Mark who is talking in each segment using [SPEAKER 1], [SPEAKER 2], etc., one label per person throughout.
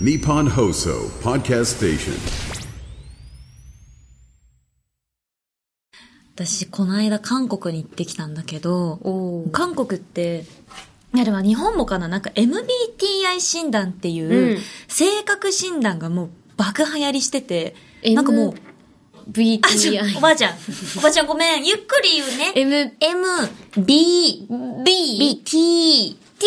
[SPEAKER 1] Nippon Hoso Podcast Station.
[SPEAKER 2] 私この間韓国に行ってきたんだけど
[SPEAKER 3] おー
[SPEAKER 2] 韓国っていやでも日本もかななんか MBTI 診断っていううん性格診断がもう爆流行りしてて、
[SPEAKER 3] M-
[SPEAKER 2] なんかもうあちょ
[SPEAKER 3] VTI
[SPEAKER 2] お。ばあちゃんおばあちゃんごめんゆっくり言うね
[SPEAKER 3] M、
[SPEAKER 2] M B
[SPEAKER 3] B、
[SPEAKER 2] B T
[SPEAKER 3] T、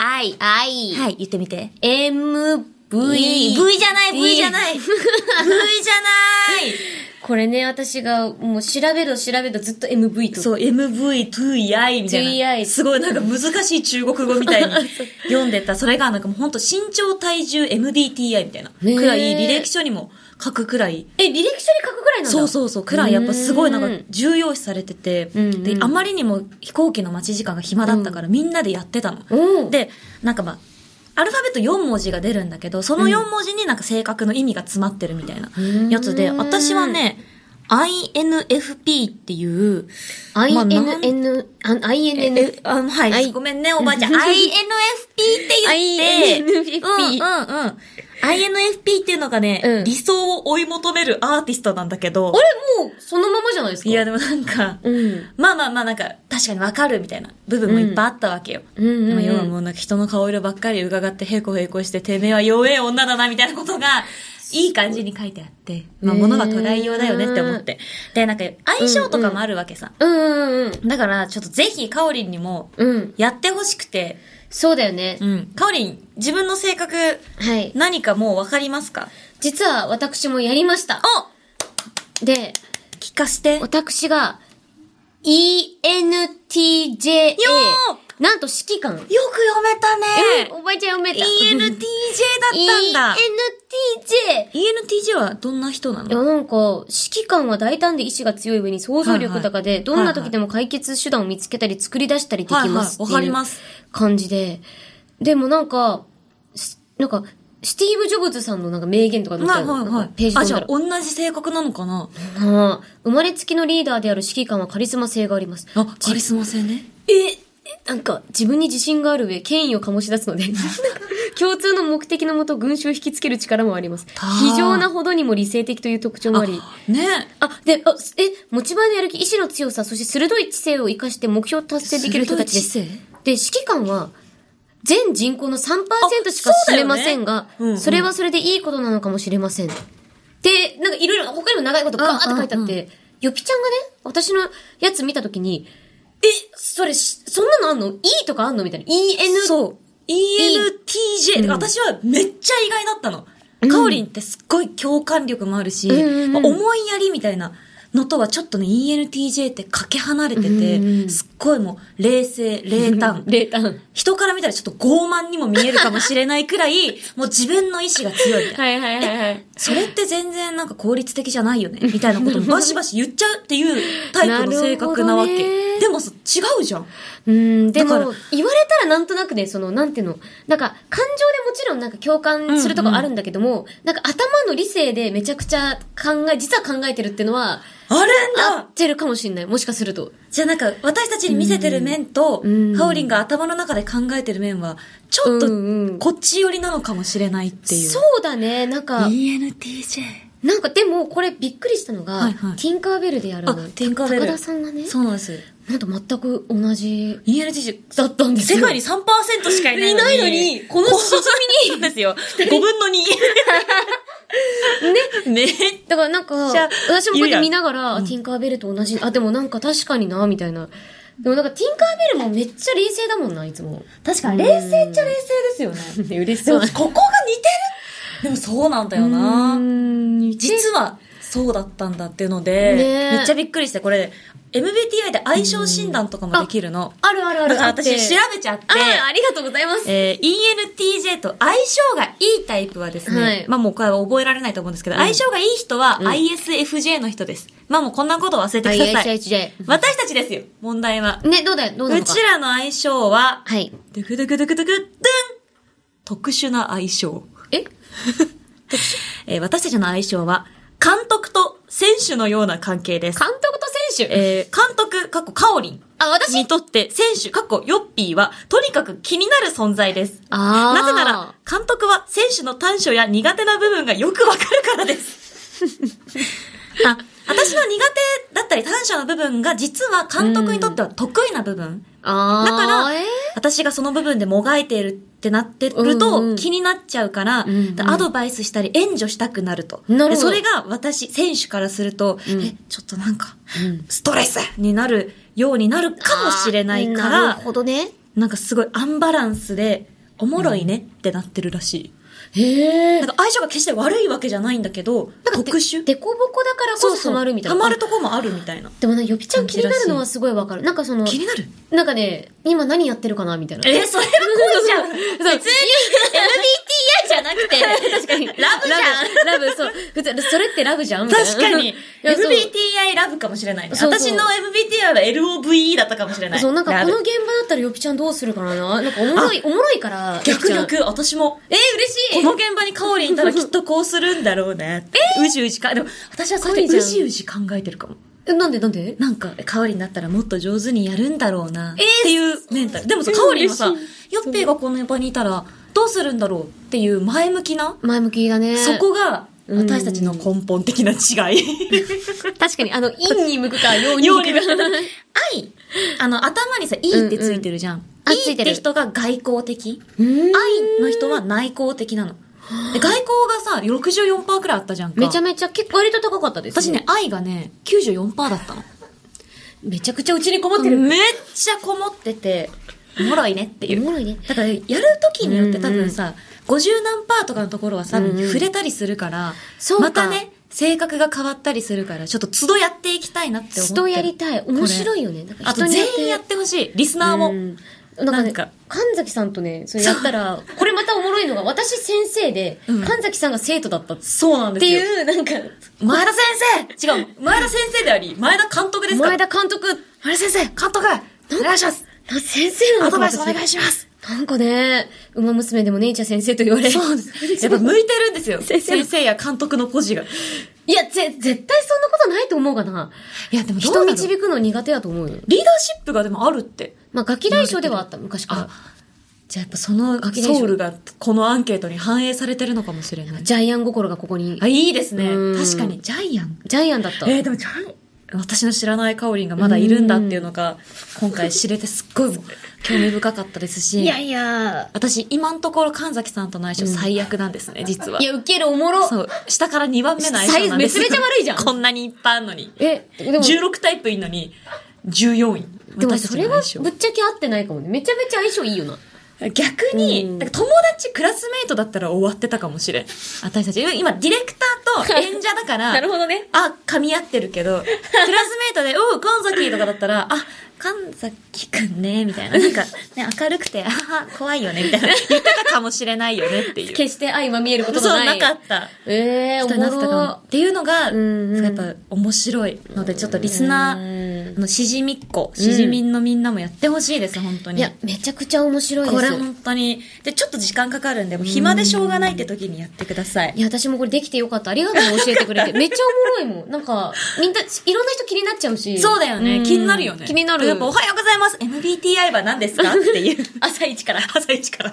[SPEAKER 2] I
[SPEAKER 3] はい
[SPEAKER 2] はい言ってみて
[SPEAKER 3] M、V、
[SPEAKER 2] V じゃない V じゃない V じゃない
[SPEAKER 3] これね、私がもう調べろ調べろずっと MV と。
[SPEAKER 2] そう、MV、2i みたいな。
[SPEAKER 3] 2i
[SPEAKER 2] すごいなんか難しい中国語みたいに 読んでた。それがなんかもうほんと身長、体重、MBTI みたいな。
[SPEAKER 3] へー
[SPEAKER 2] くらい、履歴書にも書くくらい。
[SPEAKER 3] え、履歴書に書くぐらいなんだ
[SPEAKER 2] そうそうそう、くらいやっぱすごいなん
[SPEAKER 3] う
[SPEAKER 2] か
[SPEAKER 3] ん
[SPEAKER 2] 重要視されてて、
[SPEAKER 3] うんうん
[SPEAKER 2] で、あまりにも飛行機の待ち時間が暇だったからみんなでやってたの。
[SPEAKER 3] うん
[SPEAKER 2] で、なんかまあ、アルファベット4文字が出るんだけど、その4文字になんか性格の意味が詰まってるみたいなやつで、
[SPEAKER 3] うん
[SPEAKER 2] 私はね、INFP っていう、まあなん
[SPEAKER 3] INN、あ INN
[SPEAKER 2] え、あの、は
[SPEAKER 3] はい
[SPEAKER 2] い。ごめんね、おばあちゃん。INFP って言って
[SPEAKER 3] INFP。
[SPEAKER 2] うんうんうん。INFP っていうのがね、
[SPEAKER 3] うん
[SPEAKER 2] 理想を追い求めるアーティストなんだけど。
[SPEAKER 3] あれもう、そのままじゃないですか
[SPEAKER 2] いや、でもなんか、
[SPEAKER 3] うん。
[SPEAKER 2] まあまあまあなんか、確かにわかるみたいな部分もいっぱいあったわけよ。
[SPEAKER 3] うんうんうん
[SPEAKER 2] でも要はもうなんか人の顔色ばっかり伺ってへこへこして、てめえは弱え女だなみたいなことが、いい感じに書いてあって、まあ
[SPEAKER 3] へえ
[SPEAKER 2] 物は捉えようだよねって思って。で、なんか相性とかもあるわけさ。
[SPEAKER 3] うんうんうん。
[SPEAKER 2] だから、ちょっとぜひ、かおりんにも、
[SPEAKER 3] うん。
[SPEAKER 2] やってほしくて、
[SPEAKER 3] そうだよね。
[SPEAKER 2] うん。かおりん、自分の性格、
[SPEAKER 3] はい。
[SPEAKER 2] 何かもう分かりますか
[SPEAKER 3] 実は私もやりました。で、
[SPEAKER 2] 聞かして。
[SPEAKER 3] 私が、ENTJA。
[SPEAKER 2] よ
[SPEAKER 3] なんと指揮官。
[SPEAKER 2] く読めた
[SPEAKER 3] えおばあちゃん読めた。
[SPEAKER 2] ENTJ だったんだ。ENTJ
[SPEAKER 3] ENTJ。
[SPEAKER 2] はどんな人ない
[SPEAKER 3] や、
[SPEAKER 2] の
[SPEAKER 3] なんか、指揮官は大胆で意志が強い上に想像力豊かで、
[SPEAKER 2] はいはい
[SPEAKER 3] どんな時でも解決手段を見つけたり作り出したりできますってい
[SPEAKER 2] は
[SPEAKER 3] う
[SPEAKER 2] いはいわかります
[SPEAKER 3] 感じで。でもなんか、しなんか、スティーブ・ジョブズさんのなんか名言とか載って
[SPEAKER 2] は
[SPEAKER 3] あ
[SPEAKER 2] い
[SPEAKER 3] る
[SPEAKER 2] はい
[SPEAKER 3] な
[SPEAKER 2] は
[SPEAKER 3] んかペー
[SPEAKER 2] い
[SPEAKER 3] ジ。
[SPEAKER 2] あ、
[SPEAKER 3] 読ん
[SPEAKER 2] じゃ
[SPEAKER 3] だ
[SPEAKER 2] あ
[SPEAKER 3] ら
[SPEAKER 2] 同じ性格なのかな
[SPEAKER 3] ああ生まれつきのリーダーである指揮官はカリスマ性があります。
[SPEAKER 2] あ、カリスマ性ね。
[SPEAKER 3] ええなんか、自分に自信がある上、権威を醸し出す ので、なんか共通の目的のもと群衆を引きつける力もあります
[SPEAKER 2] あ。ー
[SPEAKER 3] 非常なほどにも理性的という特徴もあり、
[SPEAKER 2] ね
[SPEAKER 3] あ、で、あ、すえ、持ち前のやる気、意志の強さ、そして鋭い知性を活かして目標を達成できる人たちです。
[SPEAKER 2] 鋭い知性
[SPEAKER 3] で、指揮官は、全人口の3%しか
[SPEAKER 2] あそうだ
[SPEAKER 3] 占め
[SPEAKER 2] よね
[SPEAKER 3] ませんが、そ,、
[SPEAKER 2] うんうん
[SPEAKER 3] れはそれでいいことなのかもしれません。で、なんかいろいろ、他にも長いことガーって書いてあって、よぴちゃんがね、私のやつ見たときに、え、それし、そんなのあんの ?E とかあんのみたいな。EN。
[SPEAKER 2] そう。ENTJ、
[SPEAKER 3] うん
[SPEAKER 2] 私はめっちゃ意外だったの。かおりんってすっごい共感力もあるし、
[SPEAKER 3] うんうんうん
[SPEAKER 2] まあ思いやりみたいなのとはちょっとね、ENTJ ってかけ離れてて、
[SPEAKER 3] うんうん。
[SPEAKER 2] すっごいもう冷静、冷淡
[SPEAKER 3] レータン。
[SPEAKER 2] 人から見たらちょっと傲慢にも見えるかもしれないくら い、もう自分の意志が強いみたいな。
[SPEAKER 3] はいはいはいはい。
[SPEAKER 2] それって全然なんか効率的じゃないよ ね、みたいなことをバシバシ言っちゃうっていうタイプの性格なわ
[SPEAKER 3] なるほど
[SPEAKER 2] け。
[SPEAKER 3] ね
[SPEAKER 2] でもさ違うじゃん。
[SPEAKER 3] うん、でも
[SPEAKER 2] だから、
[SPEAKER 3] 言われたらなんとなくね、その、なんていうの、なんか、感情でもちろんなんか共感するとこあるんだけども、なんか頭の理性でめちゃくちゃ考え、実は考えてるっていうのは、
[SPEAKER 2] あるんだ
[SPEAKER 3] 合ってるかもしんない。もしかすると。
[SPEAKER 2] じゃあなんか、私たちに見せてる面と、
[SPEAKER 3] うん
[SPEAKER 2] ハオリンが頭の中で考えてる面は、ちょっと
[SPEAKER 3] うんうん、
[SPEAKER 2] こっち寄りなのかもしれないっていう。
[SPEAKER 3] そうだね、なんか、
[SPEAKER 2] ENTJ。
[SPEAKER 3] なんかでも、これびっくりしたのが、
[SPEAKER 2] はいはい
[SPEAKER 3] ティンカーベルでやる
[SPEAKER 2] あ
[SPEAKER 3] の。、
[SPEAKER 2] ティンカーベル。
[SPEAKER 3] 高田さんがね、
[SPEAKER 2] そうなんです。
[SPEAKER 3] なんと全く同じ、
[SPEAKER 2] ENTJ、
[SPEAKER 3] だったんですよ。
[SPEAKER 2] 世界に3%しかいないのに。
[SPEAKER 3] いないのに この
[SPEAKER 2] 縮みに。そうですよ。5分の2。ね。めっ
[SPEAKER 3] だからなんか、
[SPEAKER 2] じゃあ
[SPEAKER 3] 私もこうやって見ながら、
[SPEAKER 2] ゆうやん
[SPEAKER 3] ティンカーベルと同じ、あ、でもなんか確かにな、みたいな。でもなんかティンカーベルもめっちゃ冷静だもんな、いつも。
[SPEAKER 2] 確かに冷静っちゃ冷静ですよね。
[SPEAKER 3] 嬉し
[SPEAKER 2] でもここが似てるでもそうなんだよな実はそうだったんだっていうので、
[SPEAKER 3] ねえ
[SPEAKER 2] めっちゃびっくりして、これ、MBTI で相性診断とかもできるの。
[SPEAKER 3] あるあるあ
[SPEAKER 2] だ
[SPEAKER 3] る。
[SPEAKER 2] から
[SPEAKER 3] あって
[SPEAKER 2] 私調べちゃって、
[SPEAKER 3] あありがとうございます。
[SPEAKER 2] えー ENTJ と相性がいいタイプはですね、
[SPEAKER 3] はい
[SPEAKER 2] まあもうこれは覚えられないと思うんですけど、相性がいい人は ISFJ の人です。まあもうこんなこと忘れてください。
[SPEAKER 3] IHHJ。
[SPEAKER 2] 私たちですよ、問題は。
[SPEAKER 3] ね、どうだよ、どうな
[SPEAKER 2] う
[SPEAKER 3] のか。
[SPEAKER 2] ちらの相性は、
[SPEAKER 3] はい。
[SPEAKER 2] ドゥクドゥクドゥクドゥクドゥン特殊な相性。
[SPEAKER 3] え
[SPEAKER 2] えー私たちの相性は、監督と選手のような関係です。
[SPEAKER 3] 監督と選手
[SPEAKER 2] えー監督、かっこカオリン。
[SPEAKER 3] あ、私
[SPEAKER 2] にとって選手、かっこヨッピーは、とにかく気になる存在です。
[SPEAKER 3] あー
[SPEAKER 2] なぜなら、監監督は選手の短所や苦手な部分がよくわかるからです。あ、私の苦手だったり短所の部分が実は監督にとっては得意な部分。
[SPEAKER 3] あ
[SPEAKER 2] だから
[SPEAKER 3] えー、
[SPEAKER 2] 私がその部分でもがいているってなってる
[SPEAKER 3] うんうん
[SPEAKER 2] と気になっちゃうから、
[SPEAKER 3] んうん
[SPEAKER 2] でアドバイスしたり援助したくなると。
[SPEAKER 3] なるほ
[SPEAKER 2] でそ
[SPEAKER 3] ど
[SPEAKER 2] れが私、選手からすると、え、ちょっとなんか、ストレスになるようになるかもしれないか
[SPEAKER 3] な
[SPEAKER 2] ら、
[SPEAKER 3] るほどね。
[SPEAKER 2] なんかすごいアンバランスで、おもろいねってなってるらしい。
[SPEAKER 3] へえ。
[SPEAKER 2] なんか相性が決して悪いわけじゃないんだけど、特殊
[SPEAKER 3] でこぼこだからこそハマるみたいな。
[SPEAKER 2] ハマるとこもあるみたいな。
[SPEAKER 3] でもね、よぴちゃん気になるのはすごいわかる。なんかその、
[SPEAKER 2] 気になる
[SPEAKER 3] なんかね、今何やってるかなみたいな。
[SPEAKER 2] え、それは恋じゃ ん
[SPEAKER 3] そう、
[SPEAKER 2] !MBTI じゃなくて、
[SPEAKER 3] 確かに。ラブ
[SPEAKER 2] じゃ
[SPEAKER 3] んラブ、ラブそう。普通、それってラブじゃんみたいな
[SPEAKER 2] 確かに
[SPEAKER 3] い。やそう
[SPEAKER 2] MBTI ラブかもしれないね。
[SPEAKER 3] そうそう
[SPEAKER 2] 私の MBTI は LOVE だったかもしれない。
[SPEAKER 3] そう、なんか
[SPEAKER 2] ラ
[SPEAKER 3] こ
[SPEAKER 2] ブ
[SPEAKER 3] の現場だったらよぴちゃんどうするかななんかおもろい、おもろいから。
[SPEAKER 2] 逆
[SPEAKER 3] よぴちゃん。
[SPEAKER 2] 逆、私も。
[SPEAKER 3] えー、嬉し
[SPEAKER 2] こ
[SPEAKER 3] い
[SPEAKER 2] の現場にカオリンいた らきっとこうするんだろうねって。うじうじか、でも私はそれでうじうじ考えてるかも。
[SPEAKER 3] え、なんでなんで
[SPEAKER 2] なんか、カオリンだったらもっと上手にやるんだろうな、っていうメンタル。でもさ、カオリンはさ、ヨ
[SPEAKER 3] 嬉
[SPEAKER 2] ッペーがこの場にいたら、どうするんだろうっていう前向きな、
[SPEAKER 3] 前向きだね。
[SPEAKER 2] そこが、
[SPEAKER 3] うん
[SPEAKER 2] 私たちの根本的な違い。
[SPEAKER 3] 確かに、あの、陰に向くか、陽に
[SPEAKER 2] よ
[SPEAKER 3] 向
[SPEAKER 2] うに
[SPEAKER 3] く
[SPEAKER 2] 見
[SPEAKER 3] か
[SPEAKER 2] え。た愛、あの、頭にさ、いいってついてるじゃん。
[SPEAKER 3] あ
[SPEAKER 2] い
[SPEAKER 3] つ
[SPEAKER 2] い
[SPEAKER 3] いて
[SPEAKER 2] っ
[SPEAKER 3] る
[SPEAKER 2] て人が外交的。
[SPEAKER 3] うん
[SPEAKER 2] 愛の人は内向的なの。で外交がさ、64%くらいあったじゃんか。
[SPEAKER 3] めちゃめちゃ、結構割と高かったです。
[SPEAKER 2] 私ね、、愛がね、94%だったの。
[SPEAKER 3] めちゃくちゃうちに困ってる。
[SPEAKER 2] めっちゃこもってて、おもろいねっていう。
[SPEAKER 3] おもろいね
[SPEAKER 2] だから、やる時によって多分さ、50何パーとかのところはさ、
[SPEAKER 3] うんうん
[SPEAKER 2] 触れたりするから、
[SPEAKER 3] そうか
[SPEAKER 2] またね、性格が変わったりするから、ちょっと都度やっていきたいなって思ってる。
[SPEAKER 3] ストやりたい。面白いよね。なんか
[SPEAKER 2] あと
[SPEAKER 3] 人によって
[SPEAKER 2] 全員やってほしい。リスナーも。
[SPEAKER 3] うんなんか,、
[SPEAKER 2] な
[SPEAKER 3] ね、
[SPEAKER 2] んか
[SPEAKER 3] 神崎さんとね、それやったら、これまたおもろいのが、私先生で、
[SPEAKER 2] うん
[SPEAKER 3] 神崎さんが生徒だったっ
[SPEAKER 2] そうなんで
[SPEAKER 3] て
[SPEAKER 2] すよ。
[SPEAKER 3] いう、なんか、
[SPEAKER 2] 前田先生違う、前田先生であり、前田監督ですから。
[SPEAKER 3] 前田監督、
[SPEAKER 2] 前田先生、監督、お願いします。
[SPEAKER 3] な先生
[SPEAKER 2] ア
[SPEAKER 3] なのか
[SPEAKER 2] ド
[SPEAKER 3] な
[SPEAKER 2] バイスお願いします。
[SPEAKER 3] なんかね、馬娘でも姉ちゃん先生と言われ。そうです
[SPEAKER 2] やっぱ向いてるんですよ。
[SPEAKER 3] 先
[SPEAKER 2] 先
[SPEAKER 3] 生
[SPEAKER 2] 生や監督のポジが。
[SPEAKER 3] いや、ぜ、絶対そんなことないと思うかな。
[SPEAKER 2] いや、でも
[SPEAKER 3] 人
[SPEAKER 2] 人導
[SPEAKER 3] 導くの苦手だと思うよ。
[SPEAKER 2] リーダーシップがでもあるって。
[SPEAKER 3] まあ、ガキ大将ではあった、昔から
[SPEAKER 2] あ。じゃあやっぱそのソウルがこのアンケートに反映されてるのかもしれない。
[SPEAKER 3] ジャイアン心がここに
[SPEAKER 2] あ、。いいですね。
[SPEAKER 3] うん
[SPEAKER 2] 確かに、ジャイアン。
[SPEAKER 3] ジャイアンだった。
[SPEAKER 2] えーでもジャイ私の知らないカオリンがまだいるんだっていうのが、今回知れてすっごい興味深かったですし。
[SPEAKER 3] いやいや。
[SPEAKER 2] 私、今のところ神崎さんとの相性最悪なんですね、実は。
[SPEAKER 3] いや、ウケるおもろ。
[SPEAKER 2] そう。下から2番目の相性なんです
[SPEAKER 3] サイズめちゃめちゃ悪いじゃん
[SPEAKER 2] こんなにいっぱいあるのに。
[SPEAKER 3] え、でも。
[SPEAKER 2] 16タイプいんのに、14位。
[SPEAKER 3] でも
[SPEAKER 2] 私た
[SPEAKER 3] そ
[SPEAKER 2] ち
[SPEAKER 3] れ
[SPEAKER 2] の
[SPEAKER 3] は
[SPEAKER 2] 相性
[SPEAKER 3] ぶっちゃけ合ってないかもね。めちゃめちゃ相性いいよな。
[SPEAKER 2] 逆に、
[SPEAKER 3] うん
[SPEAKER 2] だから友達、クラスメイトだったら終わってたかもしれん。私たち、今、ディレクターと演者だか ら、
[SPEAKER 3] ほどね。
[SPEAKER 2] あ、噛み合ってるけど、クラスメイトで、 おう、神崎とかだったら、あ、神崎くんね、みたいな。なんか、ね、明るくて、あはは、怖いよね、みたいな。言ってたかもしれないよね、っていう。
[SPEAKER 3] 決して相まみえること
[SPEAKER 2] そ
[SPEAKER 3] の
[SPEAKER 2] う、
[SPEAKER 3] な。
[SPEAKER 2] ないかった。
[SPEAKER 3] ええー、
[SPEAKER 2] 人
[SPEAKER 3] お
[SPEAKER 2] になって
[SPEAKER 3] も
[SPEAKER 2] たかも
[SPEAKER 3] ろ。
[SPEAKER 2] っていうのが、
[SPEAKER 3] んうん
[SPEAKER 2] やっぱ面白いので、ちょっとリスナーあのしじみっこ、
[SPEAKER 3] ん
[SPEAKER 2] しじみんのみんなもやってほしいです、本当
[SPEAKER 3] い
[SPEAKER 2] に
[SPEAKER 3] や。、めちゃくちゃ面白いです。
[SPEAKER 2] これ本当に。で、ちょっと時間かかるんで、もう暇でしょうがないって時にやってください
[SPEAKER 3] い。や、私もこれできてよかった。ありがとう教えて くれて。めっちゃおもろいもん。なんか、みんな、いろんな人気になっちゃうし。
[SPEAKER 2] そうだよ
[SPEAKER 3] う
[SPEAKER 2] ね。
[SPEAKER 3] ん
[SPEAKER 2] 気になるよね。
[SPEAKER 3] 気になる。
[SPEAKER 2] やっぱ、おはようございます。MBTI は何ですかって いう。
[SPEAKER 3] 朝一から。
[SPEAKER 2] 朝一から。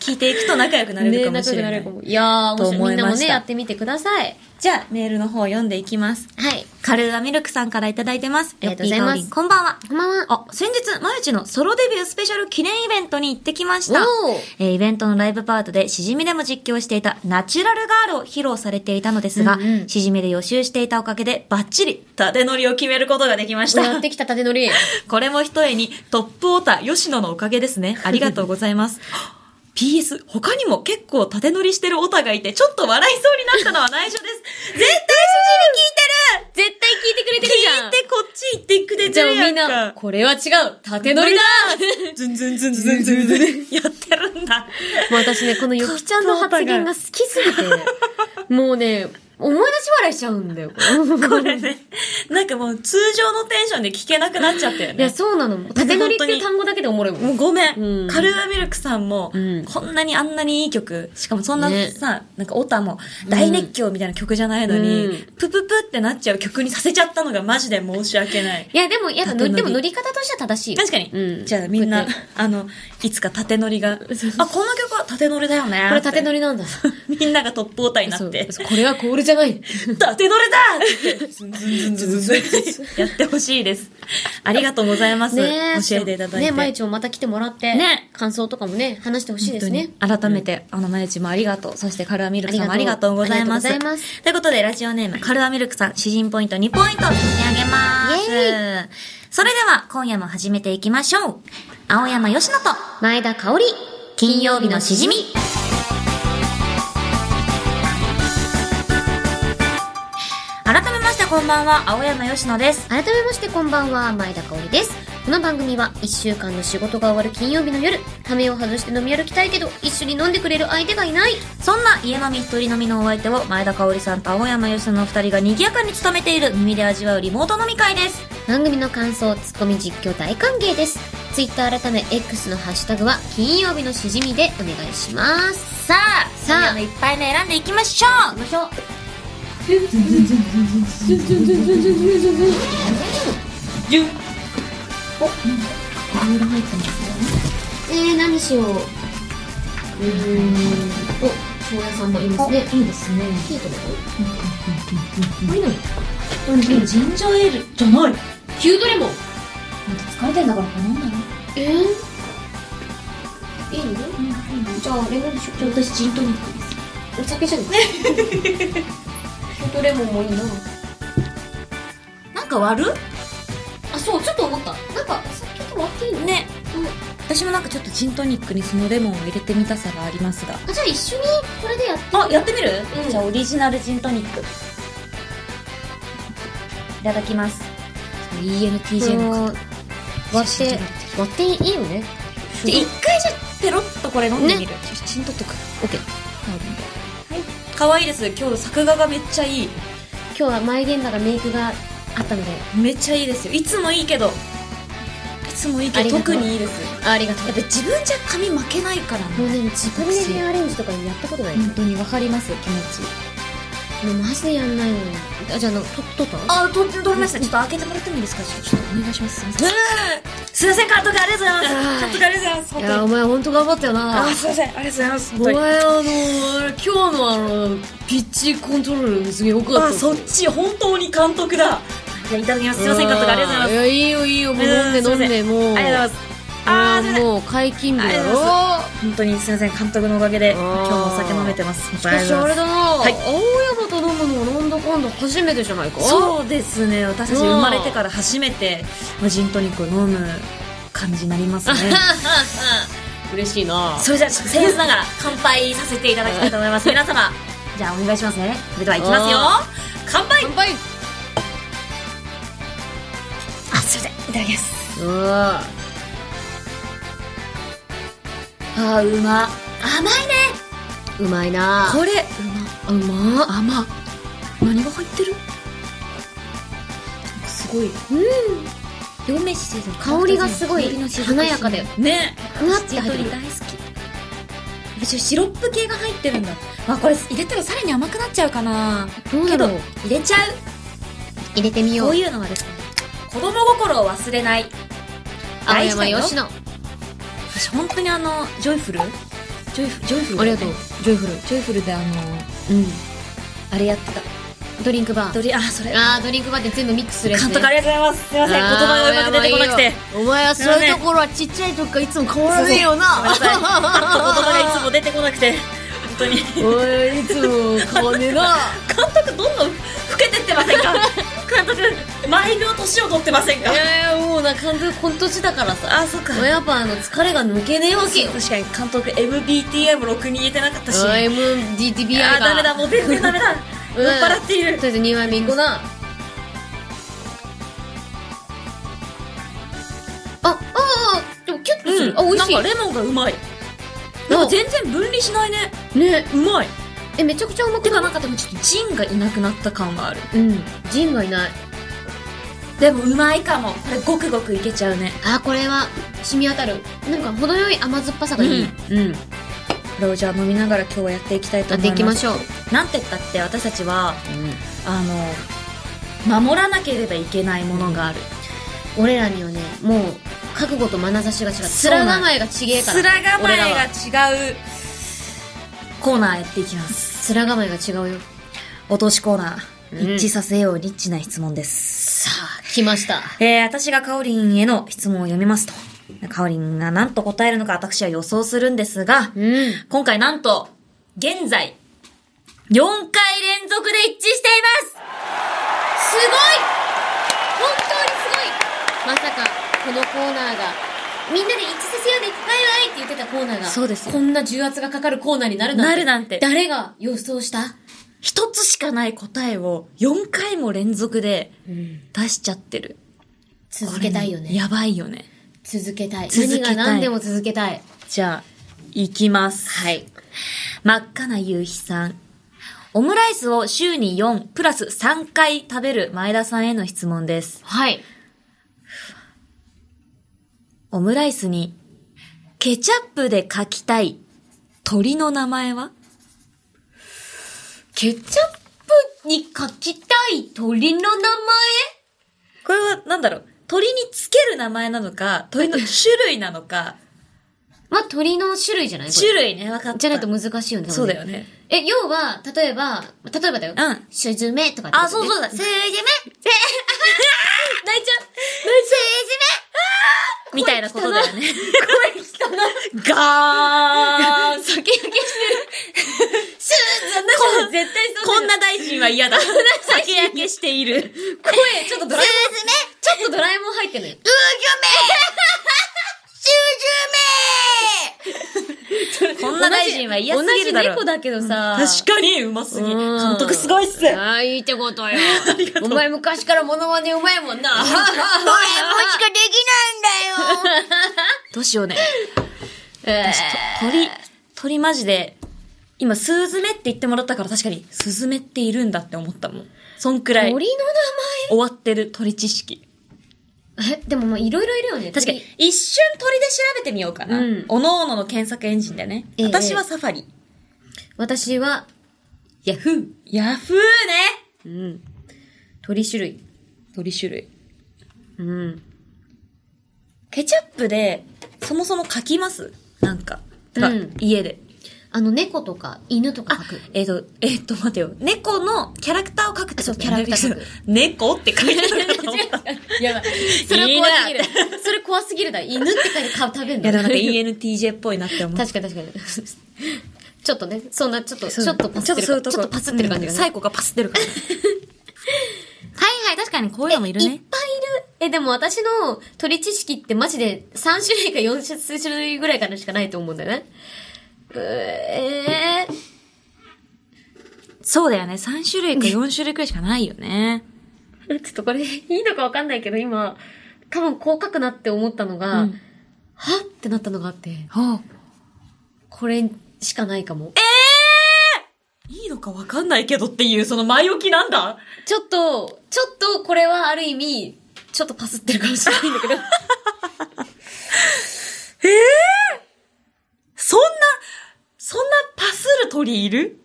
[SPEAKER 2] 聞いていくと仲良くなれる
[SPEAKER 3] ね
[SPEAKER 2] か
[SPEAKER 3] 仲
[SPEAKER 2] も
[SPEAKER 3] 良
[SPEAKER 2] し
[SPEAKER 3] く
[SPEAKER 2] れな。
[SPEAKER 3] ないれるかも。いやー、面
[SPEAKER 2] と
[SPEAKER 3] 白
[SPEAKER 2] 思
[SPEAKER 3] い。み
[SPEAKER 2] い
[SPEAKER 3] んな
[SPEAKER 2] ました
[SPEAKER 3] もね、やってみてください。
[SPEAKER 2] じゃあ、メールの方を読んでいきます。
[SPEAKER 3] はい。
[SPEAKER 2] カルーアミルクさんからいただいてます。
[SPEAKER 3] ありがとうございます
[SPEAKER 2] よっぴーかおりんこんばんは。
[SPEAKER 3] こんばんは。
[SPEAKER 2] あ、先日、まゆちのソロデビュースペシャル記念イベントに行ってきました
[SPEAKER 3] おー。
[SPEAKER 2] えーイベントのライブパートで、しじみでも実況していたナチュラルガールを披露されていたのですが、
[SPEAKER 3] うんうん
[SPEAKER 2] しじみで予習していたおかげで、バッチリ、縦乗りを決めることができ まし
[SPEAKER 3] や
[SPEAKER 2] た
[SPEAKER 3] っ。てきた縦乗り。
[SPEAKER 2] これも一重に、トップオーター、吉野のおかげですね。ありがとうござい ます。PS、他にも結構縦乗りしてるオタがいて、ちょっと笑いそうになったのは内緒です。絶対しじみ聞いてる
[SPEAKER 3] 絶対聞いてくれてるじゃ
[SPEAKER 2] 聞
[SPEAKER 3] ん
[SPEAKER 2] い。てこっち行ってくれ
[SPEAKER 3] じ
[SPEAKER 2] て
[SPEAKER 3] ゃあ
[SPEAKER 2] る
[SPEAKER 3] み
[SPEAKER 2] や
[SPEAKER 3] ん
[SPEAKER 2] んか。
[SPEAKER 3] な、これは違う縦乗りだ
[SPEAKER 2] ずんずんずんずんずんずん。やってるんだ。
[SPEAKER 3] もう私ね、このよきちゃんの発言が好きすぎて、もうね、思い出し笑いしちゃうんだよ。こ
[SPEAKER 2] これね、なんかもう通常のテンションで聞けなくなっちゃったよ
[SPEAKER 3] いや、
[SPEAKER 2] ね。
[SPEAKER 3] そうなの。縦乗りっていう単語だけでおもろいもん。
[SPEAKER 2] もうごめん。
[SPEAKER 3] うん
[SPEAKER 2] カルーアミルクさんも、
[SPEAKER 3] うん
[SPEAKER 2] こんなにあんなにいい曲、しかもそんな
[SPEAKER 3] ね
[SPEAKER 2] さ、なんかオタも大熱狂みたいな曲じゃないのに、
[SPEAKER 3] うん
[SPEAKER 2] プププってなっちゃう曲にさせちゃったのがマジで申し訳ない。
[SPEAKER 3] いや、でも、やっぱ乗
[SPEAKER 2] 縦
[SPEAKER 3] り、
[SPEAKER 2] 乗り
[SPEAKER 3] でも乗り方としては正しいよ。
[SPEAKER 2] 確かに。
[SPEAKER 3] うん。
[SPEAKER 2] じゃあみんな
[SPEAKER 3] こうやって、
[SPEAKER 2] あの、いつか縦乗りが、あ、この曲は縦乗りだよね。
[SPEAKER 3] これ縦乗
[SPEAKER 2] り。
[SPEAKER 3] り なんだ。
[SPEAKER 2] みんながトップオータにな
[SPEAKER 3] そ
[SPEAKER 2] っ
[SPEAKER 3] う
[SPEAKER 2] て、
[SPEAKER 3] そうこれはコールじゃない。
[SPEAKER 2] 縦乗りだってズンズンズンズンズン やってほしいです。ありがとうございます。
[SPEAKER 3] ね
[SPEAKER 2] 教えていただいて。
[SPEAKER 3] ねまゆちょんまた来てもらって。
[SPEAKER 2] ね
[SPEAKER 3] 感想とかもね、話してほしいですね。
[SPEAKER 2] 本当に改めて、あの、まゆちもありがとう。そして、カルアミルクさんもあ
[SPEAKER 3] あ
[SPEAKER 2] り
[SPEAKER 3] り
[SPEAKER 2] が
[SPEAKER 3] が
[SPEAKER 2] と
[SPEAKER 3] と
[SPEAKER 2] う
[SPEAKER 3] う
[SPEAKER 2] ございます。
[SPEAKER 3] ありがとうございます
[SPEAKER 2] ということで、ラジオネーム、カルアミルクさん、詩人ポイント2ポイント差し上げます。
[SPEAKER 3] イ
[SPEAKER 2] それでは、今夜も始めていきましょう。青山よしのと、
[SPEAKER 3] 前田香織、金
[SPEAKER 2] 金
[SPEAKER 3] 曜
[SPEAKER 2] 曜
[SPEAKER 3] 日
[SPEAKER 2] 日
[SPEAKER 3] の
[SPEAKER 2] の
[SPEAKER 3] し
[SPEAKER 2] し
[SPEAKER 3] じ
[SPEAKER 2] じ
[SPEAKER 3] み
[SPEAKER 2] み。改めまして、こんばんは、青山よしのです。
[SPEAKER 3] 改めましてこんばんは、前田香織です。この番組は、一週間の仕事が終わる金曜日の夜、ためを外して飲み歩きたいけど、一緒に飲んでくれる相手がいない。
[SPEAKER 2] そんな家飲み一人飲みのお相手を前田香織さんと青山由乃のお二人が賑やかに務めている耳で味わうリモート飲み会です。
[SPEAKER 3] 番組の感想、ツッコミ実況大歓迎です。ツイッター改め X のハッシュタグは、金曜日のしじみでお願いします。
[SPEAKER 2] さあ、
[SPEAKER 3] さあ
[SPEAKER 2] 今夜の一杯目選んでいきましょう
[SPEAKER 3] 行きましょう。えー、何しよう。うーん。お、庄屋さんもいますね。いいですね。いいと思う。ないない。
[SPEAKER 2] えジンジャーエールじゃない
[SPEAKER 3] ヒュードレモン。
[SPEAKER 2] 疲れてんだからこれ飲んだろ
[SPEAKER 3] えー、いいの、じゃあレモンでしょじゃあ私ジントニックですお酒じゃないちょっとレモンもいいな
[SPEAKER 2] なんか割る
[SPEAKER 3] あそうちょっと思ったなんかお酒と割っていいの
[SPEAKER 2] ね。
[SPEAKER 3] うん
[SPEAKER 2] 私もなんかちょっとジントニックにそのレモンを入れてみたさがありますが。
[SPEAKER 3] あじゃあ一緒にこれでやって
[SPEAKER 2] あ、やってみる、
[SPEAKER 3] うん
[SPEAKER 2] じゃあオリジナルジントニック。いただきます。ENTJ の方。
[SPEAKER 3] 割って割っていいよね
[SPEAKER 2] で一回じゃペロッとこれ飲んでみる。
[SPEAKER 3] 写真撮っとく OK
[SPEAKER 2] 可愛いです。今日作画がめっちゃいい。
[SPEAKER 3] 今日は前現場がメイクがあったので
[SPEAKER 2] めっちゃいいですよ。いつもいいけど。いつもいい
[SPEAKER 3] あ
[SPEAKER 2] け
[SPEAKER 3] り
[SPEAKER 2] ど
[SPEAKER 3] がとう
[SPEAKER 2] 特にいいです。
[SPEAKER 3] ありがと
[SPEAKER 2] やっぱ自分じゃ髪負けないから
[SPEAKER 3] もう
[SPEAKER 2] ね。
[SPEAKER 3] ね自分でヘアアレンジとかやったことない、も
[SPEAKER 2] 本当にわかります気持ち。
[SPEAKER 3] うマジでやんないのよあじゃあなんか撮撮った
[SPEAKER 2] あ、と撮りました。ちょっと開けてもらってもいいですか。ちょっとお願いします。すいません。すいません監督ありがとうございます。監督ありがとうございます。
[SPEAKER 3] い
[SPEAKER 2] 本当
[SPEAKER 3] やお
[SPEAKER 2] に。
[SPEAKER 3] 前本当頑張ったよな
[SPEAKER 2] あ、すいませんありがとうございます。
[SPEAKER 3] お
[SPEAKER 2] 本当に。
[SPEAKER 3] 前あの今日のあのピッチコントロールすげえよかった
[SPEAKER 2] あ、そっち本当に監督だ。じゃあいただきます。すいません監督ありがとうございます
[SPEAKER 3] い。やいいよいいよもう飲んで
[SPEAKER 2] うん
[SPEAKER 3] 飲んでもう
[SPEAKER 2] ありがとうございます。あーすいません
[SPEAKER 3] もう解禁日だろ
[SPEAKER 2] 本当にすいません監督のおかげで
[SPEAKER 3] ん
[SPEAKER 2] 今日もお酒飲めてます本
[SPEAKER 3] し
[SPEAKER 2] 当にあ
[SPEAKER 3] か
[SPEAKER 2] り
[SPEAKER 3] し
[SPEAKER 2] がとう
[SPEAKER 3] あ
[SPEAKER 2] ございま
[SPEAKER 3] れだな、
[SPEAKER 2] はい
[SPEAKER 3] 青山と飲むのは飲んだ今度初めてじゃないか
[SPEAKER 2] すそうですね私たち
[SPEAKER 3] うん
[SPEAKER 2] 生まれてから初めてまあジントニックを飲む感じになりますね
[SPEAKER 3] 嬉しいな
[SPEAKER 2] それじゃあ僭越ながら乾杯させていただきたいと思い ます皆様じゃあお願いしますねそれではいきますよ乾杯
[SPEAKER 3] 乾杯
[SPEAKER 2] あすいませんいただきます
[SPEAKER 3] うわ
[SPEAKER 2] あーうま甘いね
[SPEAKER 3] うまいな
[SPEAKER 2] これう
[SPEAKER 3] うまっ
[SPEAKER 2] ま甘何が入ってるすごい両目してる
[SPEAKER 3] 香りがすごい
[SPEAKER 2] 香りのしずく
[SPEAKER 3] 華やかだよ
[SPEAKER 2] ね
[SPEAKER 3] ふわって入って
[SPEAKER 2] シートリ
[SPEAKER 3] る
[SPEAKER 2] ー大好き一応シロップ系が入ってるんだまあこれ入れたらさらに甘くなっちゃうかな
[SPEAKER 3] どう
[SPEAKER 2] け
[SPEAKER 3] だ
[SPEAKER 2] ど
[SPEAKER 3] ろう
[SPEAKER 2] 入れちゃう
[SPEAKER 3] 入れてみよ
[SPEAKER 2] こ
[SPEAKER 3] う
[SPEAKER 2] ういうのはですね子供心を忘れない
[SPEAKER 3] 青
[SPEAKER 2] 大事
[SPEAKER 3] 山
[SPEAKER 2] だよ
[SPEAKER 3] 吉野
[SPEAKER 2] 私本当にあのジョイフルジョイフルジョイフル
[SPEAKER 3] ありがとう
[SPEAKER 2] ジョイフルジョイフルであの
[SPEAKER 3] うん
[SPEAKER 2] あれやってた
[SPEAKER 3] ドリンクバー
[SPEAKER 2] ドリあそれ
[SPEAKER 3] あードリンクバーで全部ミックスするやつ、ね、
[SPEAKER 2] 監督ありがとうございますすいません言
[SPEAKER 3] あー
[SPEAKER 2] 葉がうまく出てこなくて
[SPEAKER 3] お前はそういうところはちっちゃい時からいつも変わらねえよな
[SPEAKER 2] ごめんなさい言葉がいつも出てこなくて本当に
[SPEAKER 3] おいいつも変わんねえな
[SPEAKER 2] 監督どんどん老けてってませんか監督毎秒年を取ってませんか
[SPEAKER 3] いやいやもうな監督この年だからさ
[SPEAKER 2] あそっか
[SPEAKER 3] やっぱあの疲れが抜けねえわけよ
[SPEAKER 2] 確かに監督 MBTI もろくに言えてなかったしあ
[SPEAKER 3] MDTBI が
[SPEAKER 2] ーダメだもう全然ダメだ
[SPEAKER 3] う
[SPEAKER 2] 酔
[SPEAKER 3] ん
[SPEAKER 2] っ払っている
[SPEAKER 3] とりあえず2枚目いこうなああーでもキュッとする、あ美味しい
[SPEAKER 2] なんかレモンがうまいなんか全然分離しないね
[SPEAKER 3] ね
[SPEAKER 2] うまい
[SPEAKER 3] え、めちゃくちゃうま
[SPEAKER 2] て
[SPEAKER 3] く
[SPEAKER 2] か
[SPEAKER 3] ない
[SPEAKER 2] なんかでもちょっとジンがいなくなった感はある。
[SPEAKER 3] うん。ジンがいない。
[SPEAKER 2] でもうまいかも。これごくごくいけちゃうね。
[SPEAKER 3] あー、これは、染み当たる。なんか、程よい甘酸っぱさがいい。うん。
[SPEAKER 2] これをじゃあ飲みながら今日はやっていきたいと
[SPEAKER 3] やっ
[SPEAKER 2] 思い
[SPEAKER 3] てい
[SPEAKER 2] ます。
[SPEAKER 3] きましょう。
[SPEAKER 2] なんて言ったって私たちは、
[SPEAKER 3] うん。
[SPEAKER 2] あの、守らなければいけないものがある。
[SPEAKER 3] 俺らにはね、もう、覚悟と眼差しが違う。
[SPEAKER 2] そうな
[SPEAKER 3] 面
[SPEAKER 2] の
[SPEAKER 3] 構えがちげえから。
[SPEAKER 2] 面構
[SPEAKER 3] 俺らは
[SPEAKER 2] えが違うコーナーやっていきます。
[SPEAKER 3] 面構えが違うよ。
[SPEAKER 2] 落としコーナー。
[SPEAKER 3] うん
[SPEAKER 2] 一致させようリッチな質問です。
[SPEAKER 3] さあ、来ました。
[SPEAKER 2] えー、私がカオリンへの質問を読みますと。カオリンが何と答えるのか私は予想するんですが、
[SPEAKER 3] うん。
[SPEAKER 2] 今回なんと、現在、4回連続で一致しています
[SPEAKER 3] すごい本当にすごいまさか、このコーナーが、みんなで一致させようで、ワイワイって言ってたコーナーが、
[SPEAKER 2] そうですよ
[SPEAKER 3] こんな重圧がかかるコーナーになるなんて。
[SPEAKER 2] なるなんて
[SPEAKER 3] 誰が予想した
[SPEAKER 2] 一つしかない答えを4回も連続で出しちゃってる。
[SPEAKER 3] 続けたいよ
[SPEAKER 2] これ
[SPEAKER 3] ね。
[SPEAKER 2] やばいよね。
[SPEAKER 3] 続けたい。
[SPEAKER 2] 続けたい
[SPEAKER 3] 何が何でも続けたい。
[SPEAKER 2] じゃあ、いきます。
[SPEAKER 3] はい。
[SPEAKER 2] 真っ赤な夕日さん。オムライスを週に4プラス3回食べる前田さんへの質問です。
[SPEAKER 3] はい。
[SPEAKER 2] オムライスに、ケチャップで書きたい鳥の名前は
[SPEAKER 3] ケチャップに書きたい鳥の名前
[SPEAKER 2] これは、なんだろう、鳥につける名前なのか、鳥の種類なの か、
[SPEAKER 3] まあ、鳥の種類じゃないこれ
[SPEAKER 2] 種類ね、分かった。
[SPEAKER 3] じゃないと難しいよね。多分
[SPEAKER 2] そうだよ。ね。
[SPEAKER 3] え、要は、例えば、例えばだよ。
[SPEAKER 2] うん
[SPEAKER 3] スズメとかってことね
[SPEAKER 2] あ、そうそうだ、せーじめせー泣いちゃうみたいなことだよね。声汚い。 ガーン
[SPEAKER 3] 酒焼け してる。シューン絶対
[SPEAKER 2] こんな大臣は 嫌だ。酒焼けしてい る。
[SPEAKER 3] 声、ちょっとドラえもん。ちょっとドラえもん入ってるよ。
[SPEAKER 2] こんな大臣は嫌すぎるだろ。
[SPEAKER 3] 同じ猫だけどさ。
[SPEAKER 2] 確かに、うますぎ。
[SPEAKER 3] に
[SPEAKER 2] 監督すごいっす。
[SPEAKER 3] ああ、いいってことよ。お前昔からモノマネうまいもん な。
[SPEAKER 2] どうしようね。
[SPEAKER 3] え
[SPEAKER 2] 鳥、鳥マジで、今、スズメって言ってもらったから確かに、スズメっているんだって思ったもん。そんくら
[SPEAKER 3] ー
[SPEAKER 2] い、
[SPEAKER 3] 鳥
[SPEAKER 2] 終
[SPEAKER 3] の
[SPEAKER 2] わってる鳥知識。
[SPEAKER 3] 名前え、でもまあいろいろいるよね。
[SPEAKER 2] 確かに、一瞬鳥で調べてみようかな。
[SPEAKER 3] うん
[SPEAKER 2] おのおのの検索エンジンだよね。
[SPEAKER 3] ええ
[SPEAKER 2] 私はサファリ。
[SPEAKER 3] 私は、ヤフー。
[SPEAKER 2] ヤフーね
[SPEAKER 3] うん。鳥種類。
[SPEAKER 2] 鳥種類。
[SPEAKER 3] うん。
[SPEAKER 2] ケチャップで、そもそも書きますなんか。てか
[SPEAKER 3] うん
[SPEAKER 2] 家で。
[SPEAKER 3] あの、猫とか犬とか
[SPEAKER 2] あ
[SPEAKER 3] 書く。、
[SPEAKER 2] えっ、と、えっ、と、待てよ。猫のキャラクターを書くってこと
[SPEAKER 3] そうキャラクター書く
[SPEAKER 2] 猫って書いてあるかと思 った。
[SPEAKER 3] やばい。それ怖すぎる。それ怖すぎるだ。犬って書いて顔食べるの。
[SPEAKER 2] いや、でもなんか ENTJ っぽいなって思う。
[SPEAKER 3] 確かに確かに。ちょっとね、そんな、ちょっと、
[SPEAKER 2] そ
[SPEAKER 3] ち
[SPEAKER 2] う
[SPEAKER 3] ょっとパスってる。
[SPEAKER 2] ちょっと
[SPEAKER 3] ちょっとパスってる感じがね。
[SPEAKER 2] 最後がパスってる感じ。はいはい、確かにこういうのもいる
[SPEAKER 3] えいっ。ぱいいる。え、でも私の鳥知識ってマジで3種類か4種種類ぐらいからしかないと思うんだよね。うーえー、
[SPEAKER 2] そうだよね。3種類か4種類くらいしかないよね。
[SPEAKER 3] ちょっとこれ、いいのかわかんないけど、今、多分こう書くなって思ったのが、
[SPEAKER 2] うん
[SPEAKER 3] はってなったのがあって、
[SPEAKER 2] はあ、
[SPEAKER 3] これしかないかも。
[SPEAKER 2] いいのかわかんないけどっていう、その前置きなんだ
[SPEAKER 3] ちょっと、ちょっとこれはある意味、ちょっとパスってるかもしれないんだけど。
[SPEAKER 2] そんな、そんなパスる鳥いる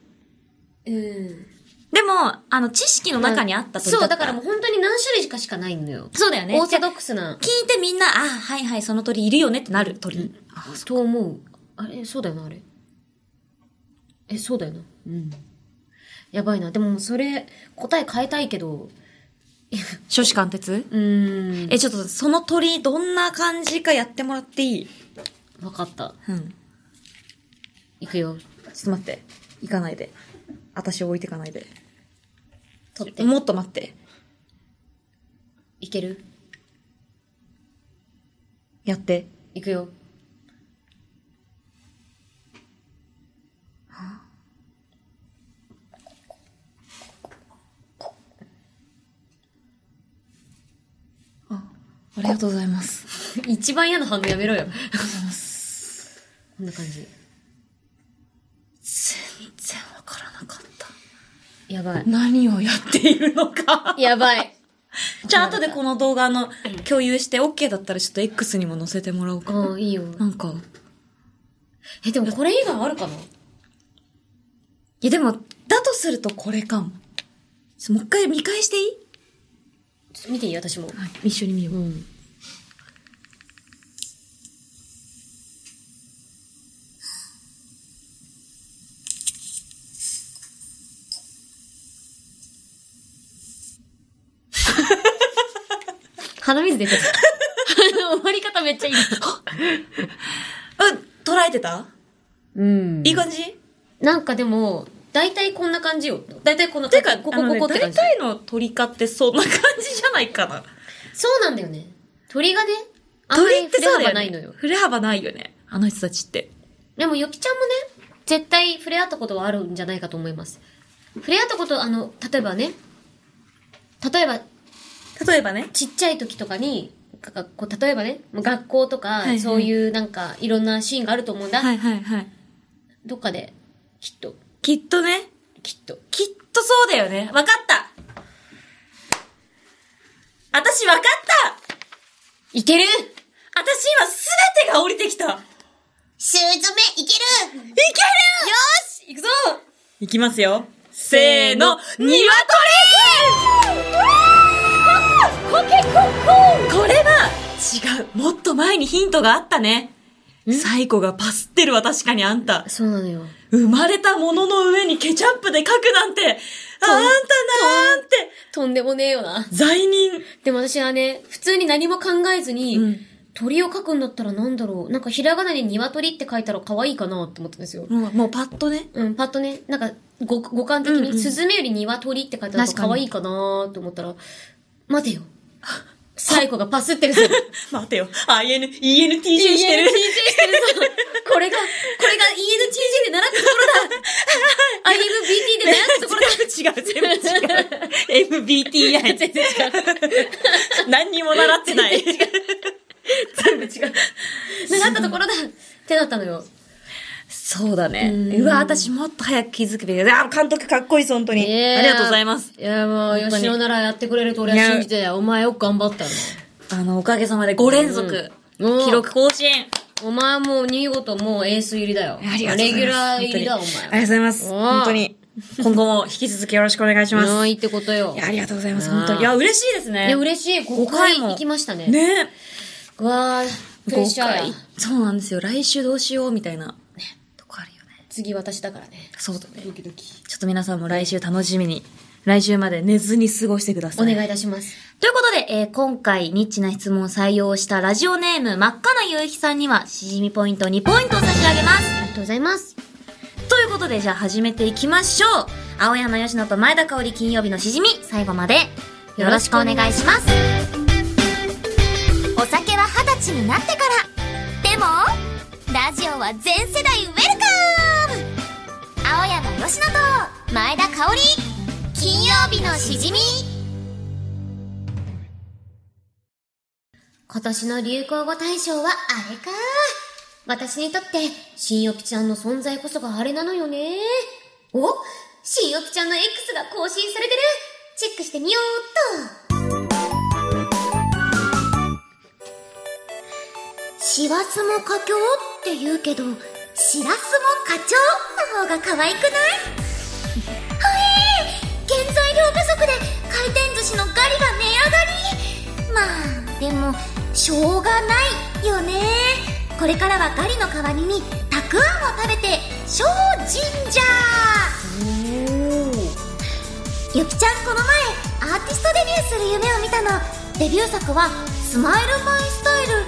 [SPEAKER 3] うん。
[SPEAKER 2] でも、あの、知識の中にあった鳥
[SPEAKER 3] そう、だ
[SPEAKER 2] った
[SPEAKER 3] からもう本当に何種類しかしかないのよ。
[SPEAKER 2] そうだよね。
[SPEAKER 3] オー
[SPEAKER 2] じゃ
[SPEAKER 3] ソ
[SPEAKER 2] あ
[SPEAKER 3] ドックスな。
[SPEAKER 2] 聞いてみんな、あ、はいはい、その鳥いるよねってなる鳥。
[SPEAKER 3] と思う。あれそうだよな、あれ。え、そうだよな。うん。やばいな。でももうそれ、答え変えたいけど。
[SPEAKER 2] 諸子貫徹
[SPEAKER 3] うーん。
[SPEAKER 2] え、ちょっと、その鳥、どんな感じかやってもらっていい
[SPEAKER 3] わかった。
[SPEAKER 2] うん。
[SPEAKER 3] いくよ。
[SPEAKER 2] ちょっと待って。行かないで。私を置いてかないで。
[SPEAKER 3] 取って。
[SPEAKER 2] もっと待って。
[SPEAKER 3] いける
[SPEAKER 2] やって。
[SPEAKER 3] いくよ。
[SPEAKER 2] ありがとうございます。
[SPEAKER 3] 一番嫌な反応やめろよ。こんな感じ。
[SPEAKER 2] 全然わからなかっ
[SPEAKER 3] やばい。
[SPEAKER 2] 何をやっているのか。
[SPEAKER 3] やばい。
[SPEAKER 2] じゃあ後でこの動画の共有して OK だったらちょっと X にも載せてもらおうか。
[SPEAKER 3] うん、いいよ。
[SPEAKER 2] なんか、
[SPEAKER 3] え、でもこれ以外あるかない
[SPEAKER 2] やでも、だとするとこれかも。ちょもう一回見返していい
[SPEAKER 3] ちょっと見ていい私も。
[SPEAKER 2] はい、一緒に見よう。
[SPEAKER 3] ん。鼻水出 てた。終わり方めっちゃいい。
[SPEAKER 2] うん、捉えてた、
[SPEAKER 3] うん
[SPEAKER 2] いい感じ
[SPEAKER 3] なんかでも、大体こんな感じよ。大体こんな
[SPEAKER 2] て
[SPEAKER 3] 感じ。
[SPEAKER 2] か、
[SPEAKER 3] こ
[SPEAKER 2] こ
[SPEAKER 3] こ、
[SPEAKER 2] こ、こ
[SPEAKER 3] こ
[SPEAKER 2] こ
[SPEAKER 3] こって感
[SPEAKER 2] 大
[SPEAKER 3] じ。
[SPEAKER 2] 体の鳥かってそんな感じじゃないかな。
[SPEAKER 3] そうなんだよね。鳥がね、あんま
[SPEAKER 2] 鳥
[SPEAKER 3] り
[SPEAKER 2] って
[SPEAKER 3] 触れ
[SPEAKER 2] そうだよ、ね。
[SPEAKER 3] 幅ないのよ。
[SPEAKER 2] 触れ幅ないよね。あの人たちって。
[SPEAKER 3] でも、よきちゃんもね、絶対触れ合ったことはあるんじゃないかと思います。触れ合ったこと、あの、例えばね、例えば、
[SPEAKER 2] 例えばね。
[SPEAKER 3] ちっちゃい時とかに、かこう例えばね、もう学校とか、
[SPEAKER 2] いはい
[SPEAKER 3] そういうなんか、いろんなシーンがあると思うんだ。
[SPEAKER 2] はいはいはい。
[SPEAKER 3] どっかで、きっと、
[SPEAKER 2] きっとね。
[SPEAKER 3] きっと。
[SPEAKER 2] きっとそうだよね。わかった私わかった
[SPEAKER 3] いける
[SPEAKER 2] 私今すべてが降りてきた
[SPEAKER 3] シューズめ、いける
[SPEAKER 2] いけるよし
[SPEAKER 3] いくぞ
[SPEAKER 2] いきますよ。せーの、鶏これは、違う。もっと前にヒントがあったね。最後がパスってるわ、確かにあんた。
[SPEAKER 3] そうなのよ。
[SPEAKER 2] 生まれたものの上にケチャップで書くなんて、ああんたなんて、
[SPEAKER 3] とんでもねえよな。
[SPEAKER 2] 罪人。
[SPEAKER 3] でも私はね、普通に何も考えずに、
[SPEAKER 2] うん
[SPEAKER 3] 鳥を描くんだったらなんだろう。なんかひらがなで鶏って書いたら可愛いかなって思ったんですよ。
[SPEAKER 2] もう、もうパッとね。
[SPEAKER 3] うん、パッとね、なんかご五感的に、
[SPEAKER 2] うんうん
[SPEAKER 3] スズメより鶏って書いたら
[SPEAKER 2] 確かに
[SPEAKER 3] 可愛いかなと思ったら、待てよ。最後がパスってるぞ。
[SPEAKER 2] 待てよ。IN、ENTJ してる
[SPEAKER 3] ENTJ。してるぞ。これが、これが ENTJ で習ったところだ。IMBT で習ったところだ。
[SPEAKER 2] 違う、全部違う。MBTI。
[SPEAKER 3] 全然違
[SPEAKER 2] 何にも習ってない。
[SPEAKER 3] う。全部違う。習ったところだ。ってなったのよ。
[SPEAKER 2] そうだね。
[SPEAKER 3] うん
[SPEAKER 2] うわ、私もっと早く気づくべきだ。あ、監督かっこいいです、本当に。
[SPEAKER 3] ねえ
[SPEAKER 2] ありがとうございます。
[SPEAKER 3] いや、も
[SPEAKER 2] 本
[SPEAKER 3] う、
[SPEAKER 2] 当に
[SPEAKER 3] 吉野ならやってくれると俺は信じてたよ。お前よく頑張ったの。
[SPEAKER 2] あの、おかげさまで5連続、
[SPEAKER 3] うんおー
[SPEAKER 2] 記録更新。
[SPEAKER 3] お前もう、見事もうエース入りだよ。レギュラー入りだ、お前。
[SPEAKER 2] ありがとうございます。
[SPEAKER 3] おー
[SPEAKER 2] 本当に。今後も引き続きよろしくお願いします。
[SPEAKER 3] うんい
[SPEAKER 2] い
[SPEAKER 3] いってことよ。
[SPEAKER 2] やありがとうございます、
[SPEAKER 3] うん
[SPEAKER 2] 本当に。いや、嬉しいですね。
[SPEAKER 3] いや、嬉しい。5回行きましたね。
[SPEAKER 2] ね
[SPEAKER 3] うわー、プレッシャーや
[SPEAKER 2] 5。回そうなんですよ。来週どうしよう、みたいな。ね。とこあるよね。
[SPEAKER 3] 次私だからね。
[SPEAKER 2] そうだね。
[SPEAKER 3] ドキドキ。
[SPEAKER 2] ちょっと皆さんも来週楽しみに、来週まで寝ずに過ごしてくださ
[SPEAKER 3] お
[SPEAKER 2] い。
[SPEAKER 3] 願いいたします。
[SPEAKER 2] ということで、えー今回ニッチな質問を採用したラジオネーム真っ赤な夕日さんには、しじみポイント2ポイントを差し上げます。
[SPEAKER 3] ありがとうございます。
[SPEAKER 2] ということで、じゃあ始めていきましょう。青山吉野と前田香織金曜日のしじみ、最後までよろしくお願いします。
[SPEAKER 4] お酒は二十歳になってからでもラジオは全世代ウェルカム青山吉野と前田香織金曜日のしじみ
[SPEAKER 3] 今年の流行語大賞はあれか。私にとって、新よきちゃんの存在こそがあれなのよね。お新よきちゃんの X が更新されてるチェックしてみようっ
[SPEAKER 4] 師走も佳境って言うけどしらすも課長の方が可 愛くないほえー原材料不足で回転寿司のガリが値上がりまあでもしょうがないよねこれからはガリの代わりにたくあんを食べて精進じゃゆきちゃんこの前アーティストデビューする夢を見たのデビュー作は「スマイルマイスタイル」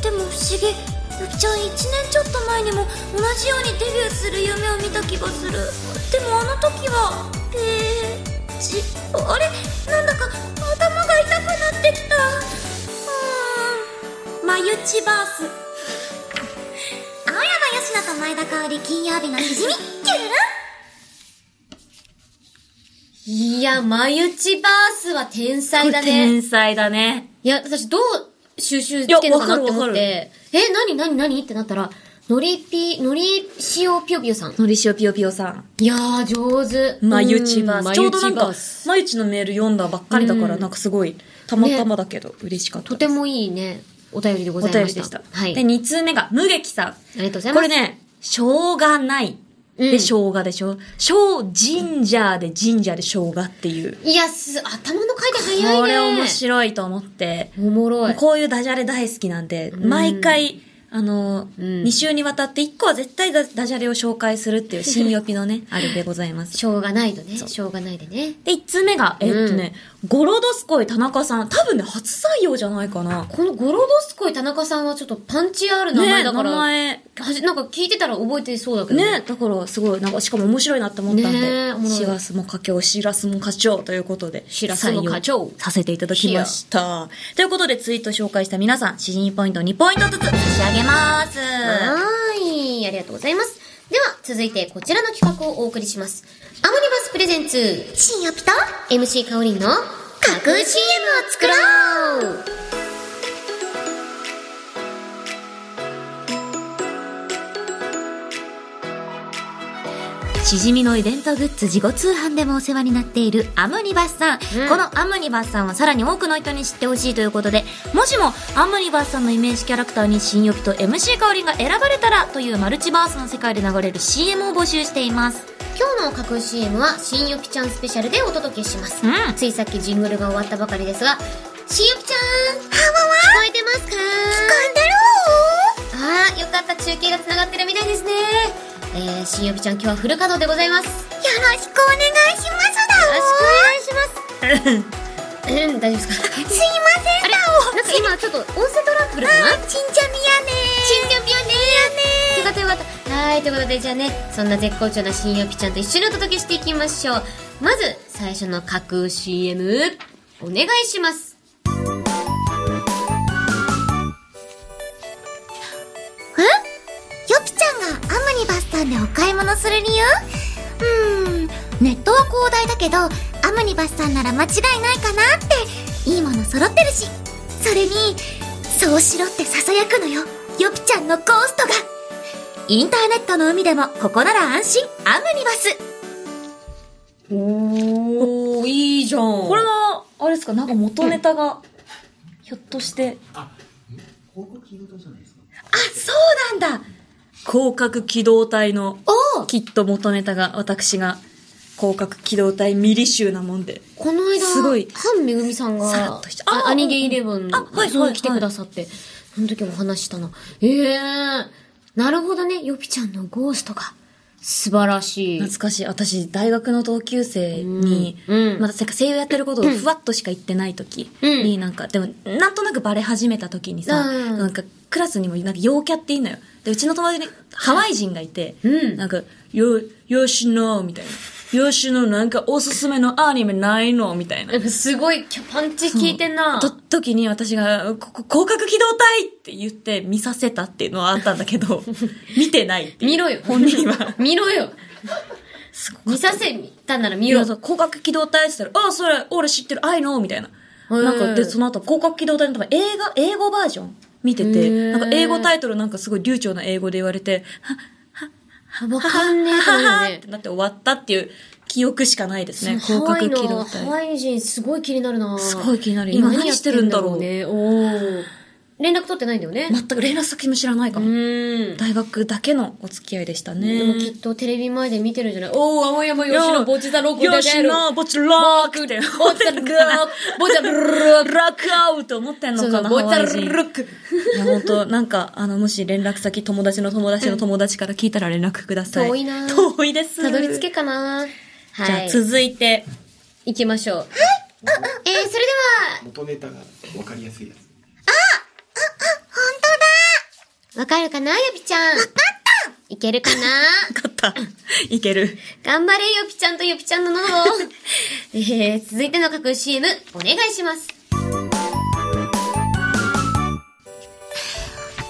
[SPEAKER 4] でも不思議ゆきちゃん1年ちょっと前にも同じようにデビューする夢を見た気がするでもあの時はページあれなんだか頭が痛くなってきたうーん眉チバース青山佳乃と前田香織金曜日のしじみキュン
[SPEAKER 3] といや、眉内バースは天才だね。
[SPEAKER 2] 天才だね。
[SPEAKER 3] いや、私どう収集つけるのかなって思っ
[SPEAKER 2] いやわかるわ
[SPEAKER 3] て、え、なになになにってなったら、のりぴ、のり塩ぴよぴよさん。
[SPEAKER 2] のりしおぴよぴよさん。
[SPEAKER 3] いやー、上手。
[SPEAKER 2] まゆ
[SPEAKER 3] う
[SPEAKER 2] ち
[SPEAKER 3] ん
[SPEAKER 2] バース。
[SPEAKER 3] ま
[SPEAKER 2] ちょ
[SPEAKER 3] ゆ
[SPEAKER 2] うどな
[SPEAKER 3] ち
[SPEAKER 2] ん
[SPEAKER 3] バ
[SPEAKER 2] か
[SPEAKER 3] ース、
[SPEAKER 2] まゆちのメール読んだばっかりだから、
[SPEAKER 3] うん
[SPEAKER 2] なんかすごい、たまたまだけど、嬉しかった
[SPEAKER 3] と
[SPEAKER 2] で
[SPEAKER 3] て
[SPEAKER 2] す。
[SPEAKER 3] もいいね、お便りでご
[SPEAKER 2] お
[SPEAKER 3] ざい
[SPEAKER 2] 便
[SPEAKER 3] ま
[SPEAKER 2] り
[SPEAKER 3] し
[SPEAKER 2] で
[SPEAKER 3] た。
[SPEAKER 2] した。
[SPEAKER 3] はい。
[SPEAKER 2] で、2通目が、無劇さん。
[SPEAKER 3] ありがとうございます。
[SPEAKER 2] これね、しょうがない。
[SPEAKER 3] うん
[SPEAKER 2] で、しょうがでしょ。しょう、ジンジャーで、ジンジャーでしょうがっていう。
[SPEAKER 3] いや、す、頭の回転早いね。
[SPEAKER 2] これ面白いと思って。
[SPEAKER 3] おもろい。
[SPEAKER 2] こういうダジャレ大好きなんで、
[SPEAKER 3] ん
[SPEAKER 2] 毎回、あの、
[SPEAKER 3] うん
[SPEAKER 2] 2週にわたって1個は絶対ダダジャレを紹介するっていう新予備 のね、あれでございます。
[SPEAKER 3] しょうがないとね。
[SPEAKER 2] そう
[SPEAKER 3] しょうがないでね。
[SPEAKER 2] で、1通目が、えっとね、ゴロドスコイ田中さん。多分ね、初採用じゃないかな。
[SPEAKER 3] このゴロドスコイ田中さんはちょっとパンチある名前だから、
[SPEAKER 2] ね、名前。
[SPEAKER 3] はじなんか聞いてたら覚えてそうだけど。
[SPEAKER 2] ね、だからすごい、なんかしかも面白いなって思ったん
[SPEAKER 3] ね
[SPEAKER 2] で
[SPEAKER 3] お、もろい
[SPEAKER 2] シラスも課長、シラスも課長ということで、
[SPEAKER 3] シラスも課
[SPEAKER 2] 採
[SPEAKER 3] 長
[SPEAKER 2] 用させていただきました。ということで、ツイート紹介した皆さん、詩人ポイント2ポイントずつ差し上げます。
[SPEAKER 3] はーい。ありがとうございます。では、続いてこちらの企画をお送りします。アモニバスプレゼンツ、
[SPEAKER 4] 新予備と
[SPEAKER 3] MC かおりんの架空 CM を作ろう
[SPEAKER 2] しじみのイベントグッズ自己通販でもお世話になっているアムニバスさん、
[SPEAKER 3] うん
[SPEAKER 2] このアムニバスさんはさらに多くの人に知ってほしいということでもしもアムニバスさんのイメージキャラクターに新予備と MC 香りが選ばれたらというマルチバースの世界で流れる CM を募集しています
[SPEAKER 3] 今日の架空 CM は新ゆきちゃんスペシャルでお届けします、
[SPEAKER 2] うん
[SPEAKER 3] ついさっきジングルが終わったばかりですが新ゆきちゃん聞こえてますか
[SPEAKER 4] んだろう
[SPEAKER 3] あーよかった中継がつながってるみたいですねえー、新ゆきちゃん今日はフル稼働でございますよ
[SPEAKER 4] よろしくお願いしますだ
[SPEAKER 3] ろし
[SPEAKER 4] お
[SPEAKER 3] くお願いしますうん大丈夫ですか
[SPEAKER 4] すいませんだお
[SPEAKER 3] なんか今ちょっと音声トラブルかな
[SPEAKER 4] ちんちゃみやね
[SPEAKER 3] 新予備よねよかったよかったはいということでじゃあねそんな絶好調な新予備ちゃんと一緒にお届けしていきましょうまず最初の架空 CM お願いします
[SPEAKER 4] よぴちゃんがアムニバスさんでお買い物する理由うーんネットは広大だけどアムニバスさんなら間違いないかなっていいもの揃ってるしそれにそうしろってささやくのよよぴちゃんのゴーストがインターネットの海でもここなら安心アムニバス
[SPEAKER 3] おーいいじゃんこ
[SPEAKER 2] これはあれですかなんか元ネタが、ひょっとして
[SPEAKER 3] あそうなんだ
[SPEAKER 2] 広角機動隊の
[SPEAKER 3] おー
[SPEAKER 2] きっと元ネタが私が広角機動隊ミリ集なもんで
[SPEAKER 3] この間
[SPEAKER 2] すごい
[SPEAKER 3] ハンめぐみさん
[SPEAKER 2] さら
[SPEAKER 3] が
[SPEAKER 2] っとしてあ
[SPEAKER 3] あアニゲイレブン
[SPEAKER 2] あはい
[SPEAKER 3] そう
[SPEAKER 2] はい
[SPEAKER 3] 来てくださってその時お話ししたなええー、なるほどねよぴちゃんのゴーストが素晴らしい
[SPEAKER 2] 懐かしい。私、大学の同級生に、
[SPEAKER 3] うんうん
[SPEAKER 2] まだせ声優やってることをふわっとしか言ってない時に、なんか、でも、なんとなくバレ始めた時にさ、
[SPEAKER 3] うん
[SPEAKER 2] なんか、クラスにも、なんか、陽キャっていいのよ。で、うちの友達にハワイ人がいて、
[SPEAKER 3] うん
[SPEAKER 2] なんか、よ、よしの、みたいな。よしの、なんか、おすすめのアニメないのみたいな。
[SPEAKER 3] すごいキャパンチ効いてんな。
[SPEAKER 2] と、時に私が、ここ、広角機動隊って言って見させたっていうのはあったんだけど、見てないっていう。
[SPEAKER 3] 見ろよ。
[SPEAKER 2] 本人は。
[SPEAKER 3] 見ろよ。
[SPEAKER 2] すごかった
[SPEAKER 3] 見させたなら見
[SPEAKER 2] い
[SPEAKER 3] ろ
[SPEAKER 2] や、。そう広角機動隊って言ったら、あ、それ、俺知ってる、愛の、みたいな。
[SPEAKER 3] ー
[SPEAKER 2] なんか、で、その後、広角機動隊の多分映画、英語バージョン見て
[SPEAKER 3] へ
[SPEAKER 2] て、
[SPEAKER 3] ー
[SPEAKER 2] なんか英語タイトルなんかすごい流暢な英語で言われて、
[SPEAKER 3] わかんねえ
[SPEAKER 2] は
[SPEAKER 3] と思う
[SPEAKER 2] は
[SPEAKER 3] よ
[SPEAKER 2] はっ
[SPEAKER 3] ね
[SPEAKER 2] て。なって終わったっていう記憶しかないですね、
[SPEAKER 3] ハ
[SPEAKER 2] 広
[SPEAKER 3] ワイ
[SPEAKER 2] 角機
[SPEAKER 3] の
[SPEAKER 2] 動
[SPEAKER 3] ハワ
[SPEAKER 2] 隊。
[SPEAKER 3] イ人すごい気になるな
[SPEAKER 2] すごい気になる
[SPEAKER 3] 今
[SPEAKER 2] 今
[SPEAKER 3] 何
[SPEAKER 2] 何
[SPEAKER 3] やっ
[SPEAKER 2] して
[SPEAKER 3] てる
[SPEAKER 2] る
[SPEAKER 3] ん
[SPEAKER 2] ん
[SPEAKER 3] だ
[SPEAKER 2] だ
[SPEAKER 3] ろ
[SPEAKER 2] ろ
[SPEAKER 3] う
[SPEAKER 2] う
[SPEAKER 3] ね。おー連絡取ってないんだよね。
[SPEAKER 2] 全く連絡先も知らないか
[SPEAKER 3] う
[SPEAKER 2] も。
[SPEAKER 3] ーん。
[SPEAKER 2] 大学だけのお付き合いでしたね。
[SPEAKER 3] でもきっとテレビ前で見てるんじゃないおー、青山よしのぼちざろくで
[SPEAKER 2] よ
[SPEAKER 3] 出
[SPEAKER 2] し
[SPEAKER 3] る。
[SPEAKER 2] の、ぼちろくって。
[SPEAKER 3] ぼちざろく、ぼちざろく。
[SPEAKER 2] ラックアウト思ってんの
[SPEAKER 3] そう
[SPEAKER 2] か
[SPEAKER 3] そう、
[SPEAKER 2] な、
[SPEAKER 3] ぼ
[SPEAKER 2] ハ
[SPEAKER 3] ちざ
[SPEAKER 2] ワ
[SPEAKER 3] ろ
[SPEAKER 2] イ人。
[SPEAKER 3] く。
[SPEAKER 2] いや、本当なんか、あの、もし連絡先、友達の友達の友達から聞いたら連絡ください。
[SPEAKER 3] 遠いなぁ
[SPEAKER 2] 遠いです。
[SPEAKER 3] たどり着けかなはい。
[SPEAKER 2] じゃあ、続いて、
[SPEAKER 3] 行きましょう。はい。えー、それでは、
[SPEAKER 5] 元ネタが分かりやすいやつ
[SPEAKER 3] わかるかなよぴちゃん。わかったいけるかな
[SPEAKER 2] 勝った。いける。
[SPEAKER 3] 頑張れよぴちゃんとよぴちゃ んの喉を。えー、続いての架空 CM、お願いします。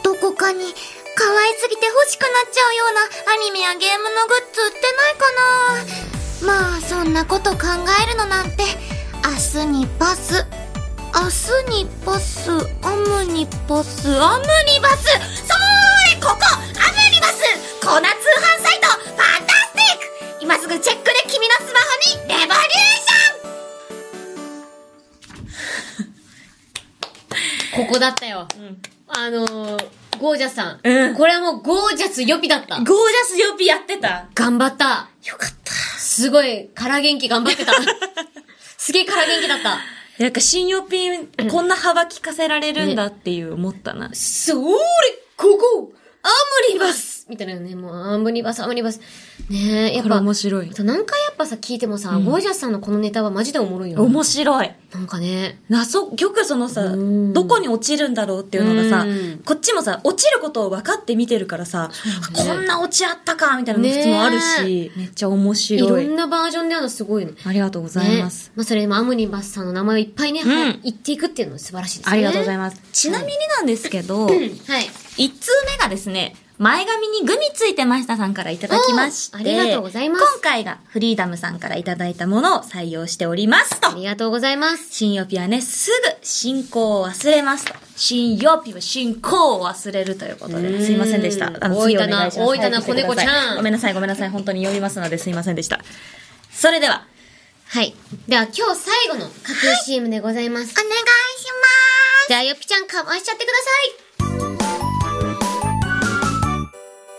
[SPEAKER 4] どこかに可愛すぎて欲しくなっちゃうようなアニメやゲームのグッズ売ってないかなまあそんなこと考えるのなんて明日にパス明日にパスアムにパスアムにバスそーれここアムに粉通販サイトファンタスティック今すぐチェックで君のスマホにレボリューション
[SPEAKER 3] ここだったよ。あのー、ゴージャスさん。
[SPEAKER 2] うん
[SPEAKER 3] これはもうゴージャス予備だった
[SPEAKER 2] ゴー。ジャス予備やってた。
[SPEAKER 3] 頑張った。
[SPEAKER 2] よかった。
[SPEAKER 3] すごい、空元気頑張って た。すげえ空元気だった。
[SPEAKER 2] なんか新予品、こんな幅利かせられるんだっていう思ったな。
[SPEAKER 3] そーれ、ここアムニバスみたいなね、もうアムニバス、アムニバス。ねえ、やっ
[SPEAKER 2] これ
[SPEAKER 3] ぱ、
[SPEAKER 2] 面白い。
[SPEAKER 3] 何回やっぱさ、聞いてもさ、ゴージャスさんのこのネタはマジでおもろいよね。
[SPEAKER 2] 面白い。
[SPEAKER 3] なんかね、
[SPEAKER 2] 謎、よくそのさ、
[SPEAKER 3] うん
[SPEAKER 2] どこに落ちるんだろうっていうのがさ
[SPEAKER 3] うん、
[SPEAKER 2] こっちもさ、落ちることを分かって見てるからさ、
[SPEAKER 3] うね
[SPEAKER 2] こんな落ちあったか、みたいなの質もあるし、めっちゃ面
[SPEAKER 3] いろ
[SPEAKER 2] 白い
[SPEAKER 3] ん。なバージョンであるのすごいね。
[SPEAKER 2] ありがとうございます
[SPEAKER 3] ね。まあそれでもアムニバスさんの名前をいっぱいね、
[SPEAKER 2] ん
[SPEAKER 3] は言っていくっていうのは素晴らしいですね。
[SPEAKER 2] ありがとうござい
[SPEAKER 3] ま
[SPEAKER 2] ます。ちなみになんですけど、
[SPEAKER 3] す。はい。
[SPEAKER 2] 一通目がですね、前髪にグミついてましたさんからいただきまして、
[SPEAKER 3] おーありがとうございます
[SPEAKER 2] 今回がフリーダムさんからいただいたものを採用しておりますと
[SPEAKER 3] あ。りがとうございます。
[SPEAKER 2] 新予備はね、すぐ進行を忘れますと。新予備は進行を忘れるということ
[SPEAKER 3] うー
[SPEAKER 2] で、
[SPEAKER 3] ん
[SPEAKER 2] すいませんでした。あの、次お
[SPEAKER 3] 大分な
[SPEAKER 2] 願いします
[SPEAKER 3] 大分な
[SPEAKER 2] 早くしてください
[SPEAKER 3] 子猫ちゃん
[SPEAKER 2] ごめんなさい、ごめんなさい。本当に読みますのですいませんでした。それでは、
[SPEAKER 3] はい。では今日最後の架空 CM でございます。
[SPEAKER 4] お願いします
[SPEAKER 3] じゃあよっぴちゃんかましちゃってくだ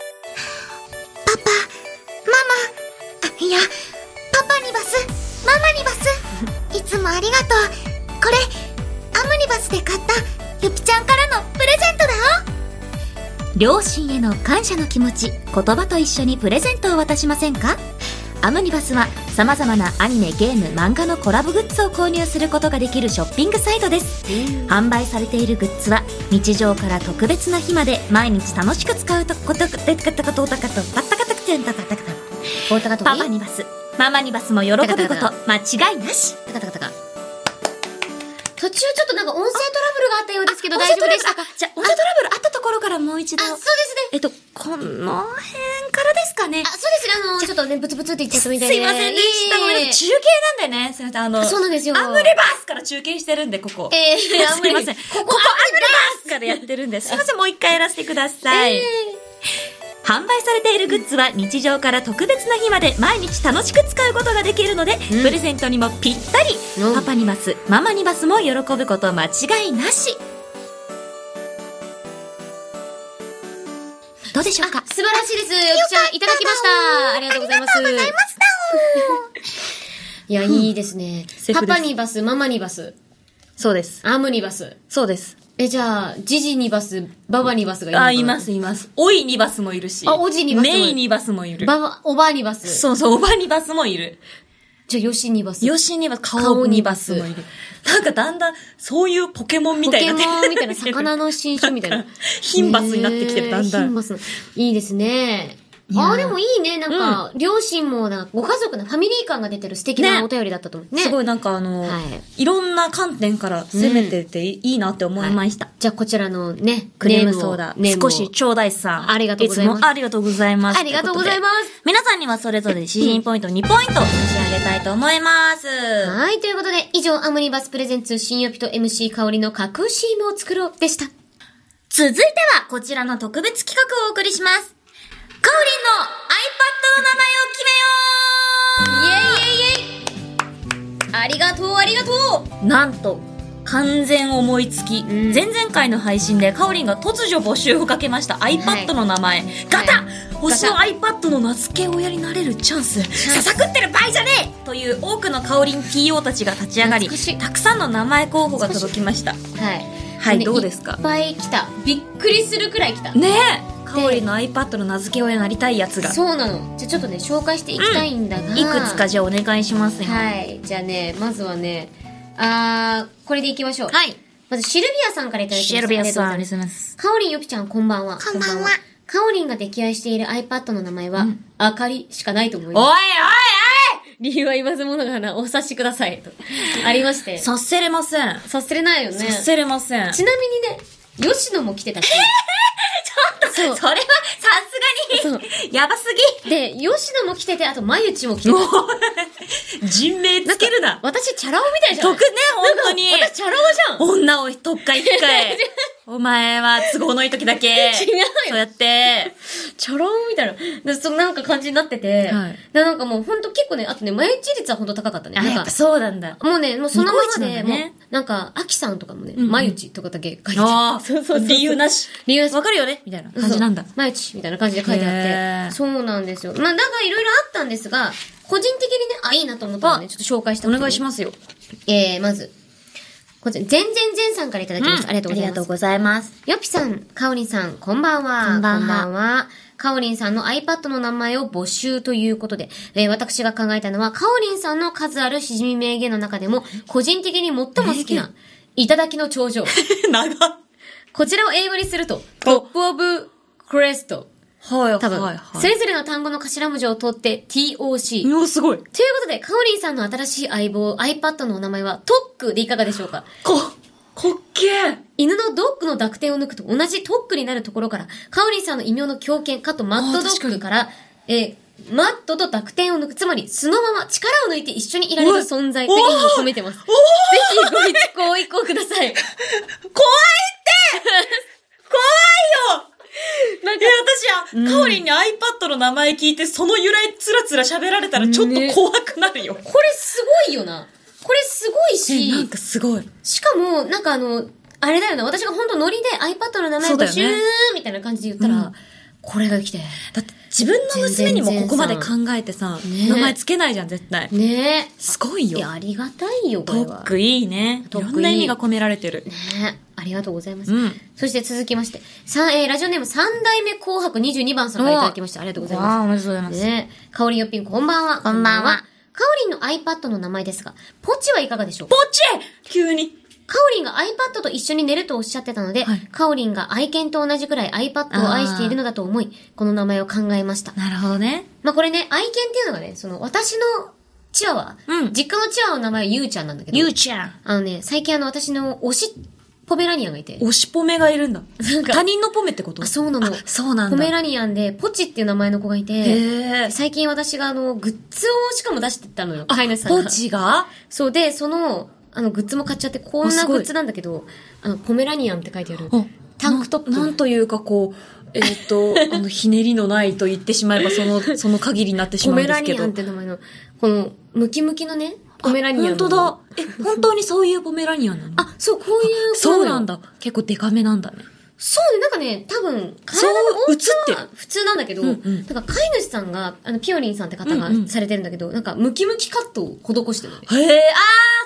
[SPEAKER 4] パパママあいやパパにバスママにバスいつもありがとうこれアムニバスで買ったゆきちゃんからのプレゼントだよ
[SPEAKER 2] 両親への感謝の気持ち、言葉と一緒にプレゼントを渡しませんかアムニバスは様々なアニメ、ゲーム、漫画のコラボグッズを購入することができるショッピングサイトです。販売されているグッズは日常から特別な日まで毎日楽しく使うとこと、でかたかと、たかと、たったかたくてんたたかたか
[SPEAKER 3] さい。大高と
[SPEAKER 2] パパニバス、ママニバスも喜ぶこと間違いなし。
[SPEAKER 3] タカタカタカ。途中ちょっとなんか音声トラブルがあったようですけど大丈夫でしたか
[SPEAKER 2] あじゃあ、音声トラブルあったところからもう一
[SPEAKER 3] あ、
[SPEAKER 2] 度。
[SPEAKER 3] そうですね。
[SPEAKER 2] えっと、この辺からですかね
[SPEAKER 3] あ、。そうですね。あの、ちょっとね、ブツブツって言っちゃったみたい
[SPEAKER 2] す
[SPEAKER 3] で。
[SPEAKER 2] いませんでした。ごめんなさい中継なんでね。すいません。あの、
[SPEAKER 3] そうなんですよ
[SPEAKER 2] アムレバースから中継してるんで、ここ。
[SPEAKER 3] えー
[SPEAKER 2] すいません。ここアムレバー
[SPEAKER 3] ここ
[SPEAKER 2] スからやってるんで、すいません。もう一回やらせてください。販売されているグッズは日常から特別な日まで毎日楽しく使うことができるので、
[SPEAKER 3] うん
[SPEAKER 2] プレゼントにもぴったり、
[SPEAKER 3] うん
[SPEAKER 2] パパにバスママにバスも喜ぶこと間違いなしどうでしょうか
[SPEAKER 3] 素晴らしいです。よくちゃん、いただきました。ありがとうございます。ありがとうございました。いや、いいですね
[SPEAKER 2] セ。ーフで
[SPEAKER 3] パ
[SPEAKER 2] す
[SPEAKER 3] パにバス、ママにバス、
[SPEAKER 2] そうです
[SPEAKER 3] アムにバス。
[SPEAKER 2] そうです
[SPEAKER 3] え、じゃあ、ジジにバス、ババにバスがいるのかな
[SPEAKER 2] あ、います、います。おいにバスもいるし。
[SPEAKER 3] あおじにバスもいる
[SPEAKER 2] メイにバスもいる。
[SPEAKER 3] ババ、おばあにバス。
[SPEAKER 2] そうそう、おばにバスもいる。
[SPEAKER 3] じゃあ、ヨシにバス。
[SPEAKER 2] よしにバス、顔にバスもいる。なんかだんだん、そういうポケモンみ
[SPEAKER 3] ポ
[SPEAKER 2] たい
[SPEAKER 3] ケ
[SPEAKER 2] な。
[SPEAKER 3] モンみたいな、魚の新種みたいな。
[SPEAKER 2] 貧バスになってきてる、
[SPEAKER 3] ねえ
[SPEAKER 2] だんだ
[SPEAKER 3] 貧
[SPEAKER 2] ん。
[SPEAKER 3] バスいいですね。
[SPEAKER 2] や
[SPEAKER 3] ああ、でもいいね。なんか、両親も、なんか、ご家族のファミリー感が出てる素敵な
[SPEAKER 2] ね
[SPEAKER 3] お便りだったと思 う。
[SPEAKER 2] すご
[SPEAKER 3] い。
[SPEAKER 2] いなんかあの、、
[SPEAKER 3] はい
[SPEAKER 2] ろんな観点から攻めてていい,、なって思いました。
[SPEAKER 3] じゃあ、こちらのね、
[SPEAKER 2] クレームソーダ、
[SPEAKER 3] ネームを
[SPEAKER 2] 少しちょうだいさん。
[SPEAKER 3] ありがとうございます
[SPEAKER 2] つもありがとうございます。
[SPEAKER 3] ありがとうございます
[SPEAKER 2] ということで。皆さんにはそれぞれ指針ポイント2ポイント差し上げたいと思います。
[SPEAKER 3] はい、ということで、以上、アムニバスプレゼンツ、新予備と MC 香りの架空 CM を作ろうでした。
[SPEAKER 2] 続いてはこちらの特別企画をお送りします。かおりんの iPad の名前を決めよう
[SPEAKER 3] イェイイェイイェイありがとう、ありがとう
[SPEAKER 2] なんと、完全思いつき、
[SPEAKER 3] ん
[SPEAKER 2] 前々回の配信でかおりんが突如募集をかけました iPad の名前、ガタ、星の iPad の名付け親になれるチャンスささくってる場合じゃねえという多くのかおりん TO たちが立ち上がり
[SPEAKER 3] 懐かしい
[SPEAKER 2] たくさんの名前候補が届きました
[SPEAKER 3] はい。
[SPEAKER 2] はい
[SPEAKER 3] ね
[SPEAKER 2] どうですか
[SPEAKER 3] いっぱい来た。びっくりするくらい来た。
[SPEAKER 2] ねえかおりんの iPad の名付け親になりたいやつが
[SPEAKER 3] そうなの。じゃあちょっとね、紹介していきたいんだが。
[SPEAKER 2] いくつかじゃあお願いしますよ
[SPEAKER 3] はい。じゃあね、まずはね、あー、これでいきましょう。
[SPEAKER 2] はい。
[SPEAKER 3] まず、シルビアさんからいただきまし
[SPEAKER 2] シ
[SPEAKER 3] た。
[SPEAKER 2] ェルビアさん
[SPEAKER 3] あ
[SPEAKER 2] あ
[SPEAKER 3] り
[SPEAKER 2] りがとうご
[SPEAKER 3] がとうござい
[SPEAKER 2] ざい
[SPEAKER 3] ま
[SPEAKER 2] ますす
[SPEAKER 3] かおりん、よぴちゃん、こんばんは。
[SPEAKER 4] こんばんは
[SPEAKER 3] かおりんが溺愛している iPad の名前は、あかりしかないと思い
[SPEAKER 2] おいお
[SPEAKER 3] ま
[SPEAKER 2] いお
[SPEAKER 3] す。
[SPEAKER 2] い
[SPEAKER 3] 理由は言わずものがな、お察しください。と。ありまして。
[SPEAKER 2] 察せれません察
[SPEAKER 3] 察せれないよね。
[SPEAKER 2] せれません
[SPEAKER 3] ちなみにね、吉野も来てたし。
[SPEAKER 2] それはさすがにやばす
[SPEAKER 3] で、吉野も来てて、あと、まゆちも来てた。
[SPEAKER 2] ぎ人名つけるな
[SPEAKER 3] 私、チャラ男みたいじゃん。
[SPEAKER 2] 得ね本当に
[SPEAKER 3] 私、チャラ男じゃん。
[SPEAKER 2] 女を特化一回
[SPEAKER 3] 違う
[SPEAKER 2] お前は都合のいい時だけ。
[SPEAKER 3] 違うよ
[SPEAKER 2] そうやって。
[SPEAKER 3] チョロンみたいな。でそうなんか感じになってて。
[SPEAKER 2] はい
[SPEAKER 3] でなんかもうほんと結構ね、あとね、毎日率はほんと高かったね。
[SPEAKER 2] あ、
[SPEAKER 3] なん
[SPEAKER 2] や
[SPEAKER 3] か
[SPEAKER 2] っぱそうなんだ。
[SPEAKER 3] もうね、もうそのまま
[SPEAKER 2] ニコイチな
[SPEAKER 3] で、
[SPEAKER 2] んだね
[SPEAKER 3] もう、なんか、アキさんとかもね、
[SPEAKER 2] んうん
[SPEAKER 3] 毎日とかだけ書いて
[SPEAKER 2] ああ、
[SPEAKER 3] そうそうそう
[SPEAKER 2] 理由なし。
[SPEAKER 3] 理由
[SPEAKER 2] わかるよねみたいな感じなんだ
[SPEAKER 3] そう。毎日みたいな感じで書いてあ
[SPEAKER 2] へ
[SPEAKER 3] っ
[SPEAKER 2] ー
[SPEAKER 3] て。そうなんですよ。まあ、だからいろいろあったんですが、個人的にね、あ、いいなと思ったのでね、ちょっと紹介した
[SPEAKER 2] お願いし
[SPEAKER 3] す。
[SPEAKER 2] ますよ。
[SPEAKER 3] えー、まず、こちら、全然全さんからいただきました。ありがとうございます。
[SPEAKER 4] ございます。
[SPEAKER 3] よぴさん、かおりんさん、こんばんは。
[SPEAKER 4] こんばんは
[SPEAKER 3] かおりんさんの iPad の名前を募集ということで、えー私が考えたのは、かおりんさんの数あるしじみ名言の中でも、個人的に最も好きな、いただきの頂上。
[SPEAKER 2] 長っ。
[SPEAKER 3] こちらを英語にすると、トッ プオブクレスト。
[SPEAKER 2] はい、
[SPEAKER 3] 多分、
[SPEAKER 2] はい、は
[SPEAKER 3] そ
[SPEAKER 2] い。
[SPEAKER 3] れぞれの単語の頭文字を取って TOC。
[SPEAKER 2] うお、すごい。
[SPEAKER 3] ということで、かおりんさんの新しい相棒、iPad のお名前は、トックでいかがでしょうか
[SPEAKER 2] こ、滑稽
[SPEAKER 3] 犬のドッグの濁点を抜くと同じトックになるところから、カオリンさんの異名の狂犬、かとマットドッグから、えーマットと濁点を抜く、つまり素のまま力を抜いて一緒にいられる存在という意味を込めてます。ぜひご一行一行く ださ
[SPEAKER 2] 怖
[SPEAKER 3] い。
[SPEAKER 2] いって怖いよ
[SPEAKER 3] なん
[SPEAKER 2] いや、私は、かおりんに iPad の名前聞いて、その由来つらつら喋られたらちょっと怖くなるよ。
[SPEAKER 3] これすごいよな。これすごいし、
[SPEAKER 2] なんかすごい。
[SPEAKER 3] しかも、なんかあの、あれだよな、私が本当ノリで iPad の名前
[SPEAKER 2] そうだ
[SPEAKER 3] 募
[SPEAKER 2] よ
[SPEAKER 3] 集、
[SPEAKER 2] ね
[SPEAKER 3] みたいな感じで言ったら、
[SPEAKER 2] うん
[SPEAKER 3] これが来て。
[SPEAKER 2] だって自分の娘にもここまで考
[SPEAKER 3] 全
[SPEAKER 2] えてさ、
[SPEAKER 3] ね
[SPEAKER 2] 名前つけないじゃん、絶対。
[SPEAKER 3] ねえ。
[SPEAKER 2] すごい
[SPEAKER 3] いや、
[SPEAKER 2] よ。
[SPEAKER 3] ありがたいよ、これ
[SPEAKER 2] ト
[SPEAKER 3] は。
[SPEAKER 2] ックいいね。い
[SPEAKER 3] トック
[SPEAKER 2] ろ
[SPEAKER 3] いい
[SPEAKER 2] んな意味が込められてる。
[SPEAKER 3] ねえ、ありがとうございます。
[SPEAKER 2] うん
[SPEAKER 3] そして続きまして、さえーラジオネーム3代目紅白22番さんからいただきました。ありがとうございます。
[SPEAKER 4] おめでとうございま。
[SPEAKER 3] ねえ、かおりんよっぴんこんばんは。
[SPEAKER 4] こんばんは
[SPEAKER 3] かおりんの iPad の名前ですが、ポチはいかがでしょう
[SPEAKER 2] ポチェ急に。
[SPEAKER 3] かおりんが iPad と一緒に寝るとおっしゃってたので、
[SPEAKER 2] はい
[SPEAKER 3] かおりんが愛犬と同じくらい iPad を愛しているのだと思い、この名前を考えました。
[SPEAKER 2] なるほどね。
[SPEAKER 3] まあ、これね、愛犬っていうのがね、その、私のチワワ、
[SPEAKER 2] うん
[SPEAKER 3] 実家のチワワの名前はゆうちゃんなんだけど、
[SPEAKER 2] ゆうちゃん。
[SPEAKER 3] あのね、最近あの、私の推し、ポメラニアンがいて、
[SPEAKER 2] 推しポメがいるんだ。
[SPEAKER 3] なんか
[SPEAKER 2] 他人のポメってこと
[SPEAKER 3] あそうなの
[SPEAKER 2] あそうなんだ。
[SPEAKER 3] ポメラニアンで、ポチっていう名前の子がいて、
[SPEAKER 2] へー
[SPEAKER 3] 最近私があの、グッズをしかも出してったのよ、
[SPEAKER 2] あ
[SPEAKER 3] 飼い主さんが。
[SPEAKER 2] ポチが
[SPEAKER 3] そうで、その、あの、グッズも買っちゃって、こ
[SPEAKER 2] あ
[SPEAKER 3] んな
[SPEAKER 2] すごい
[SPEAKER 3] グッズなんだけど、あの、ポメラニアンって書いてある
[SPEAKER 2] あ。
[SPEAKER 3] タンクトップ。
[SPEAKER 2] ななんというかこう、えーっ と、あの、ひねりのないと言ってしまえば、その、その限りになってし
[SPEAKER 3] ポ
[SPEAKER 2] まうん
[SPEAKER 3] メ
[SPEAKER 2] で
[SPEAKER 3] ラ
[SPEAKER 2] すけ
[SPEAKER 3] ニ
[SPEAKER 2] ど。
[SPEAKER 3] アンって名前の、この、ムキムキのね、ポメラニアンの。
[SPEAKER 2] あ本当だ。え、本当にそういうポメラニアンなの
[SPEAKER 3] あ、そう、こういう。
[SPEAKER 2] そうなん。だ。結構デカめなんだね。
[SPEAKER 3] そうね、なんかね、多分、
[SPEAKER 2] そう
[SPEAKER 3] 体の大きさ
[SPEAKER 2] 映って
[SPEAKER 3] は普通なんだけど、
[SPEAKER 2] うんうん
[SPEAKER 3] なんか飼い主さんが、あの、ピオリンさんって方が
[SPEAKER 2] うんうん
[SPEAKER 3] されてるんだけど、なんか、ムキムキカットを施してるのね。
[SPEAKER 2] へえ、あ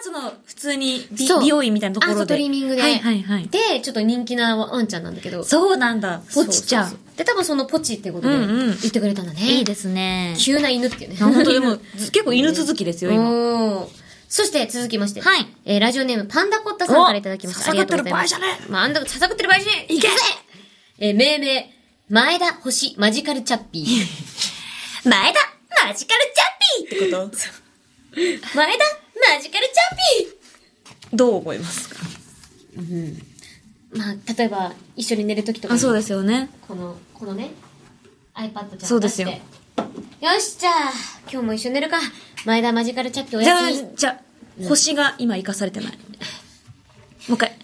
[SPEAKER 2] ー、その、普通に美
[SPEAKER 3] そう
[SPEAKER 2] 美容院みたいなとこ
[SPEAKER 3] あ
[SPEAKER 2] ろ
[SPEAKER 3] そう
[SPEAKER 2] で。
[SPEAKER 3] トリミングで
[SPEAKER 2] はいはいはい。
[SPEAKER 3] で、ちょっと人気なワンちゃんなんだけど。
[SPEAKER 2] そうなんだ。ポチちゃ
[SPEAKER 3] そうそ
[SPEAKER 2] ん
[SPEAKER 3] う。そうで、多分そのポチってことで
[SPEAKER 2] うんうん
[SPEAKER 3] 言ってくれたんだね。
[SPEAKER 2] いいですね。
[SPEAKER 3] 急な犬っていうね。
[SPEAKER 2] 本 当でも、ず結構犬続きですよ、今。
[SPEAKER 3] おーそして続きまして。
[SPEAKER 2] はい
[SPEAKER 3] えーラジオネームパンダコッタさんからいただきました。
[SPEAKER 2] お
[SPEAKER 3] ありがとうございます。
[SPEAKER 2] ささくってる場合じゃね
[SPEAKER 3] まあ、あんた、ささくってる場合じゃねえいけえー命名、前田星マジカルチャッピ ー。
[SPEAKER 2] 前田マジカルチャッピーってこ
[SPEAKER 3] 前田マジカルチャッピ
[SPEAKER 2] とどう思いますか
[SPEAKER 3] ーまあ、例えば、一緒に寝るときとかに。
[SPEAKER 2] ですよね。
[SPEAKER 3] この、このね、iPad ちゃ
[SPEAKER 2] そ
[SPEAKER 3] ん
[SPEAKER 2] う
[SPEAKER 3] 出
[SPEAKER 2] で
[SPEAKER 3] し
[SPEAKER 2] す
[SPEAKER 3] て。
[SPEAKER 2] よ
[SPEAKER 3] よし、じゃあ、今日も一緒に寝るか。前田マジカルチャッピーお
[SPEAKER 2] じゃあ
[SPEAKER 3] やすみ。、
[SPEAKER 2] じゃあ、星が今生かされてない。もう一回。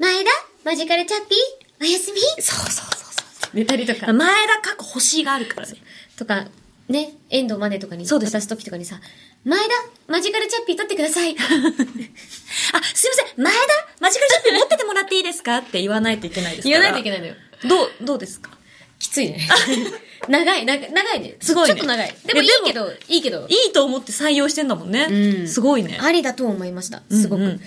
[SPEAKER 3] 前田マジカルチャッピーおやすみ。
[SPEAKER 2] そうそうそうそ
[SPEAKER 3] 寝たりと
[SPEAKER 2] う。。前田過去星があるからね。
[SPEAKER 3] とか、ね、遠藤マネとかに
[SPEAKER 2] そうです
[SPEAKER 3] 渡すときとかにさ、前田マジカルチャッピー取ってください。
[SPEAKER 2] あ、すいません、前田マジカルシャッピー持っててもらっていいですかって 言わないといけないですから。
[SPEAKER 3] 言わないといけないのよ。
[SPEAKER 2] い。どう、どうですか
[SPEAKER 3] き ついね。長い、長い長いね。
[SPEAKER 2] すごいね
[SPEAKER 3] ちょっと長い。でもいい
[SPEAKER 2] いやでも
[SPEAKER 3] けど、いいけど。
[SPEAKER 2] いいと思って採用してんだもんね。
[SPEAKER 3] うん
[SPEAKER 2] すごいね。
[SPEAKER 3] ありだと思いました。すごく。
[SPEAKER 2] うんうん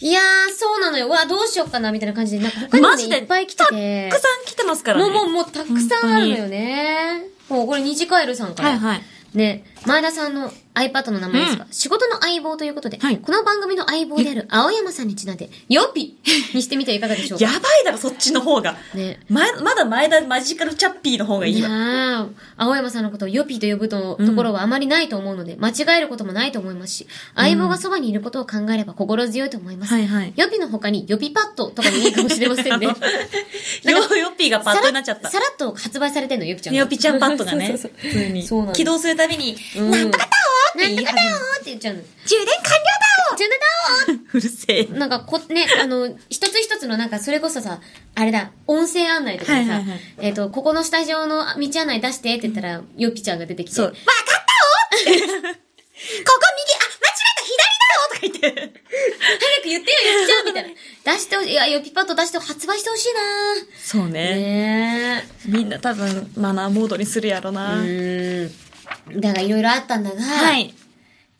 [SPEAKER 3] いやー、そうなのよ。うわ、どうしようかな、みたいな感じで、なんか他にも、
[SPEAKER 2] マ
[SPEAKER 3] ね、
[SPEAKER 2] ジ
[SPEAKER 3] い
[SPEAKER 2] で
[SPEAKER 3] っぱい来てて。
[SPEAKER 2] たくさん来てますからね。
[SPEAKER 3] もう、もう、もう、たくさんあるのよね。もう、これ、ニジカエルさんから。
[SPEAKER 2] はいはい。
[SPEAKER 3] ね、前田さんの iPad の名前ですが、
[SPEAKER 2] う
[SPEAKER 3] 仕事の相棒ということで、
[SPEAKER 2] はい
[SPEAKER 3] この番組の相棒である青山さんにちなんで、ヨピ にしてみてはいかがでしょうか
[SPEAKER 2] やばいだろ、そっちの方が。
[SPEAKER 3] ね
[SPEAKER 2] ま、まだ前田マジカルチャッピーの方がい
[SPEAKER 3] い
[SPEAKER 2] い
[SPEAKER 3] や
[SPEAKER 2] わ。
[SPEAKER 3] ー青山さんのことをヨピと呼ぶと,、ところはあまりないと思うので、間違えることもないと思いますし、相棒がそばにいることを考えれば心強いと思います。
[SPEAKER 2] はいはい
[SPEAKER 3] ヨピの他にヨピパッドとかもいいかもしれませんね。
[SPEAKER 2] ヨーヨッピーが パッとになっちゃった
[SPEAKER 3] さ。らさらっと発売されてんの、ヨピちゃんが。
[SPEAKER 2] ヨピちゃんパッドが ね、
[SPEAKER 3] そうそう
[SPEAKER 2] 普通に
[SPEAKER 3] そうなんです
[SPEAKER 2] 起動するたびに、
[SPEAKER 3] うん
[SPEAKER 2] なんとかだー
[SPEAKER 3] な
[SPEAKER 2] って言
[SPEAKER 3] んと
[SPEAKER 2] い始
[SPEAKER 3] かだ
[SPEAKER 2] め
[SPEAKER 3] よ
[SPEAKER 2] る。
[SPEAKER 3] ーって言っちゃうの。
[SPEAKER 2] 充電完了だ
[SPEAKER 3] ジェネダオ
[SPEAKER 2] ー うるせえ。
[SPEAKER 3] なんかこ、ね、あの、一つ一つのなんか、それこそさ、あれだ、音声案内とかでさ、
[SPEAKER 2] はいはいはい
[SPEAKER 3] えっ、と、ここのスタジオの道案内出してって言ったら、ヨピちゃんが出てきて、
[SPEAKER 2] そう。わか ったおここ右、あ、間違えた左だよとか言って。
[SPEAKER 3] 早く言ってよ、ヨピちゃんみたいな。出してほしい、いや、ヨピパッド出して、発売してほしい
[SPEAKER 2] そう
[SPEAKER 3] な
[SPEAKER 2] ね。
[SPEAKER 3] ね
[SPEAKER 2] みんな多分、マナーモードにするやろ
[SPEAKER 3] え。う
[SPEAKER 2] な。
[SPEAKER 3] ーん。だからいろいろあったんだが、
[SPEAKER 2] はい。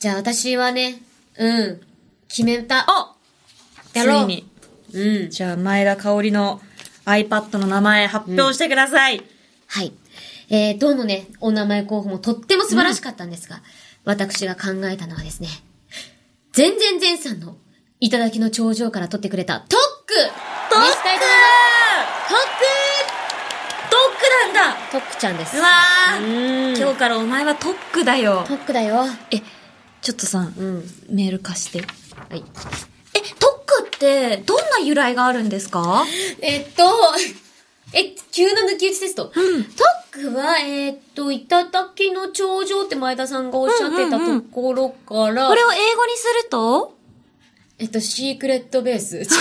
[SPEAKER 3] じゃあ私はね、うん、決めた。
[SPEAKER 2] おつ
[SPEAKER 3] やろう
[SPEAKER 2] いに。
[SPEAKER 3] うん。
[SPEAKER 2] じゃあ、前田香織の iPad の名前発表してください。
[SPEAKER 3] はい。えー、どのね、お名前候補もとっても素晴らしかったんですが、私が考えたのはですね、全然前さんの頂きの頂上から取ってくれた特区に
[SPEAKER 2] トック
[SPEAKER 3] したいと思
[SPEAKER 2] ト
[SPEAKER 3] い
[SPEAKER 2] ックなんだ
[SPEAKER 3] ます特区ちゃんです。
[SPEAKER 2] うわ
[SPEAKER 3] う
[SPEAKER 2] ー
[SPEAKER 3] ん
[SPEAKER 2] 今日からお前はトックだよ。
[SPEAKER 3] 特区だよ。
[SPEAKER 2] え、ちょっとさ、
[SPEAKER 3] うん。
[SPEAKER 2] メール貸して。
[SPEAKER 3] はい。
[SPEAKER 2] え、トックって、どんな由来があるんですか
[SPEAKER 3] えっと、え、急な抜き打ちテスト。
[SPEAKER 2] うん
[SPEAKER 3] 特区は、えーっと、頂きの頂上って前田さんがおっしゃってたところから、
[SPEAKER 2] これを英語にすると
[SPEAKER 3] えっと、シークレットベー ス。
[SPEAKER 2] ?t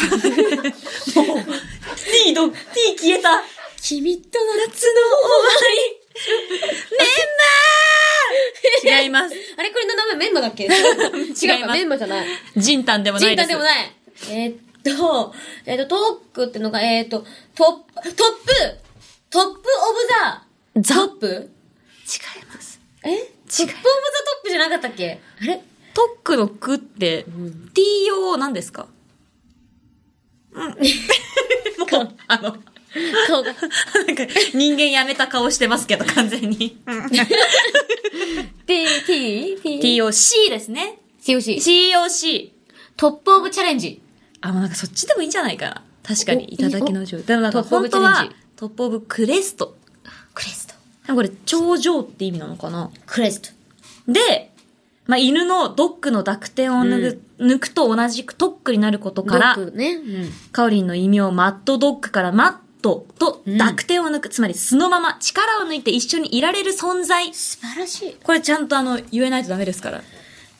[SPEAKER 2] の、t 消えた。
[SPEAKER 3] 君と夏
[SPEAKER 2] メンマー違います。
[SPEAKER 3] あれこれの名前メンマだっけ違
[SPEAKER 2] 違いうま
[SPEAKER 3] か、
[SPEAKER 2] す
[SPEAKER 3] メンマじゃない。
[SPEAKER 2] ジンタンでもな
[SPEAKER 3] チ
[SPEAKER 2] い
[SPEAKER 3] ン
[SPEAKER 2] です。
[SPEAKER 3] タンでもない。えーっと、えーっと、トークってのが、えーっと、トップ、トップトップオブザ
[SPEAKER 2] ザ
[SPEAKER 3] トップ
[SPEAKER 2] 違います。
[SPEAKER 3] えトップオブザトップじゃなかったっけあれ
[SPEAKER 2] トックのくって、to 何ですかうん。もう、あの、
[SPEAKER 3] 顔が。
[SPEAKER 2] なんか人間やめた顔してますけど、完全に。
[SPEAKER 3] T、T、T、
[SPEAKER 2] toc ですね。
[SPEAKER 3] COC。
[SPEAKER 2] coc。
[SPEAKER 3] トップオブチャレンジ。
[SPEAKER 2] あ、もうなんかそっちでもいいんじゃないかな。確かに、
[SPEAKER 3] お
[SPEAKER 2] いただきの上。でもなんか
[SPEAKER 3] トップオ
[SPEAKER 2] 本
[SPEAKER 3] ブチ
[SPEAKER 2] 当
[SPEAKER 3] ャレンジ
[SPEAKER 2] は、トップオブクレスト。
[SPEAKER 3] クレスト。
[SPEAKER 2] でもこれ、頂上って意味なのかな
[SPEAKER 3] クレスト。
[SPEAKER 2] で、まあ、犬のドッグの濁点を抜く,、抜くと同じくトックになることから
[SPEAKER 3] ド、ッグね。うん。
[SPEAKER 2] カオリンの異名マッドドッグからマットと
[SPEAKER 3] うん
[SPEAKER 2] 濁点を抜く、つまり素のまま力を抜いて一緒にいられる存在。
[SPEAKER 3] 素晴らし
[SPEAKER 2] これちゃんとあの、言えないとダメですから。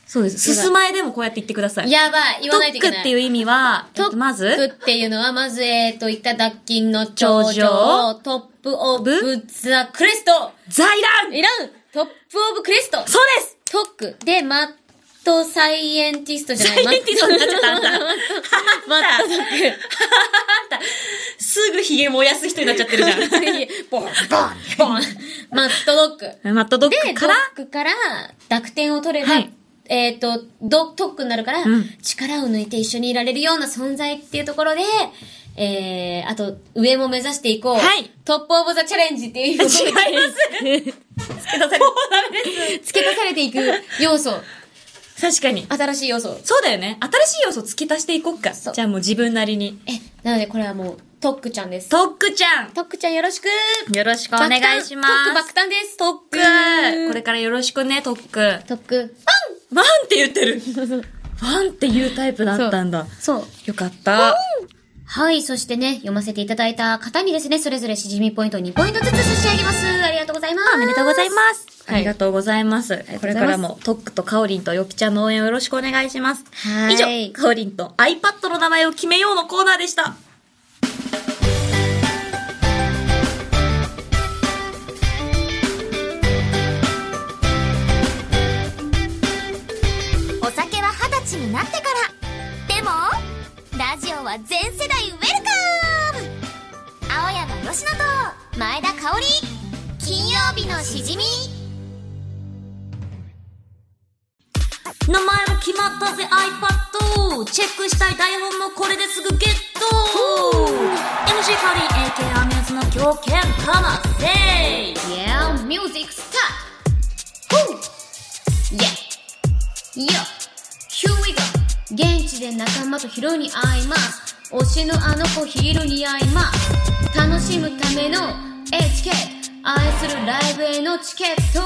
[SPEAKER 2] そうです。
[SPEAKER 3] やばい
[SPEAKER 2] 進まえでもこうやって言ってください。
[SPEAKER 3] い。やばい、言わないとい
[SPEAKER 2] ト
[SPEAKER 3] け
[SPEAKER 2] ック
[SPEAKER 3] な
[SPEAKER 2] っていう
[SPEAKER 3] い。
[SPEAKER 2] 意味は、えっ
[SPEAKER 3] トッ
[SPEAKER 2] と、
[SPEAKER 3] ク
[SPEAKER 2] まず、
[SPEAKER 3] っていうのは、まず、えーっと、いただきの頂上、トップオブザクレスト
[SPEAKER 2] 財団
[SPEAKER 3] いらんトップオブクレスト
[SPEAKER 2] そうです
[SPEAKER 3] トックで、マットサイエンティストじゃ
[SPEAKER 2] サ
[SPEAKER 3] ない
[SPEAKER 2] イエンティストになっちゃったあんた。
[SPEAKER 3] マットマットトッ
[SPEAKER 2] すぐヒゲ燃やす人になっちゃってるじゃん。
[SPEAKER 3] ク。ボン、ボン、ボン。マットドック。
[SPEAKER 2] マットドッ
[SPEAKER 3] で、
[SPEAKER 2] グか
[SPEAKER 3] ドッ
[SPEAKER 2] ら、
[SPEAKER 3] クから濁点を取れば、
[SPEAKER 2] はい
[SPEAKER 3] えっ、と、ド、トックになるから、
[SPEAKER 2] うん
[SPEAKER 3] 力を抜いて一緒にいられるような存在っていうところで、えー、あと、上も目指していこう。
[SPEAKER 2] はい
[SPEAKER 3] トップオブザチャレンジ っていう。違います。付け足され、付け足されていく要素。
[SPEAKER 2] 確かに。
[SPEAKER 3] 新しい要素。
[SPEAKER 2] そうだよね。新しい要素付け足していこっか。
[SPEAKER 3] そう
[SPEAKER 2] じゃあもう自分なりに。
[SPEAKER 3] え、なのでこれはもう、トックちゃんです。
[SPEAKER 2] トックちゃん
[SPEAKER 3] トックちゃんよろしく
[SPEAKER 2] よろしくお願いしま
[SPEAKER 3] トック
[SPEAKER 2] す。
[SPEAKER 3] 爆誕です。トッ
[SPEAKER 2] トックこれからよろしくね、トック。
[SPEAKER 3] トック。
[SPEAKER 2] ワンって言ってる。ワンって言うタイプだったんだ。
[SPEAKER 3] そう。
[SPEAKER 2] よかった。
[SPEAKER 3] はい、そしてね、読ませていただいた方にですね、それぞれしじみポイント2ポイントずつ差し上げます。ありがとうございます。
[SPEAKER 2] おめでとうございます。
[SPEAKER 3] はい
[SPEAKER 2] ありがとうございます。
[SPEAKER 3] ます
[SPEAKER 2] これからもトックとカオリンとヨピちゃんの応援をよろしくお願いします。
[SPEAKER 3] は
[SPEAKER 2] 以上
[SPEAKER 3] ーい、
[SPEAKER 2] カオリンと iPad の名前を決めようのコーナーでした。
[SPEAKER 4] お酒は二十歳になってからでもラジオは全世代ウェルカム青山吉乃と前田香織金曜日のしじみ
[SPEAKER 2] 名前も決まったぜ iPad チェックしたい台本もこれですぐゲット MC カリン AK アミューズの狂犬かませ
[SPEAKER 3] Yeah, music start! Woo! Yeah! Yo! Here we go! 現地で仲間と昼に会います。推しのあの子昼に会います。楽しむためのエチケット。愛するライブへのチケット。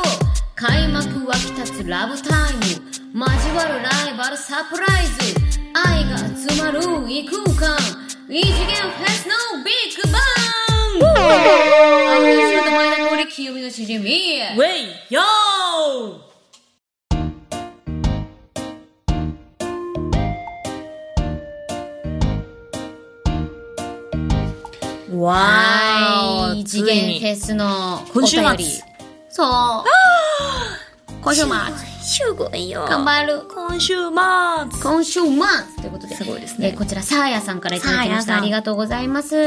[SPEAKER 3] 開幕はきたつラブタイム。交わるライバルサプライズ。愛が集まる異空間。異次元フェスのビッグバンアイミスの前田森清美のしじみ。
[SPEAKER 2] ウェイヨー
[SPEAKER 3] は
[SPEAKER 2] わーお
[SPEAKER 3] ーい。次
[SPEAKER 2] つい
[SPEAKER 3] 元
[SPEAKER 2] に
[SPEAKER 3] フェスのお
[SPEAKER 6] 今週末
[SPEAKER 3] 便り。そう。
[SPEAKER 2] 今週末
[SPEAKER 7] すごいよ
[SPEAKER 3] 頑張る。
[SPEAKER 6] 今週末
[SPEAKER 3] 今週末ということで。
[SPEAKER 6] すごいですね
[SPEAKER 3] えーこちら、サーヤさんからいただき
[SPEAKER 6] サー
[SPEAKER 3] ま
[SPEAKER 6] ヤ
[SPEAKER 3] し
[SPEAKER 6] さ
[SPEAKER 3] た。
[SPEAKER 6] ん
[SPEAKER 3] ありがとうございます。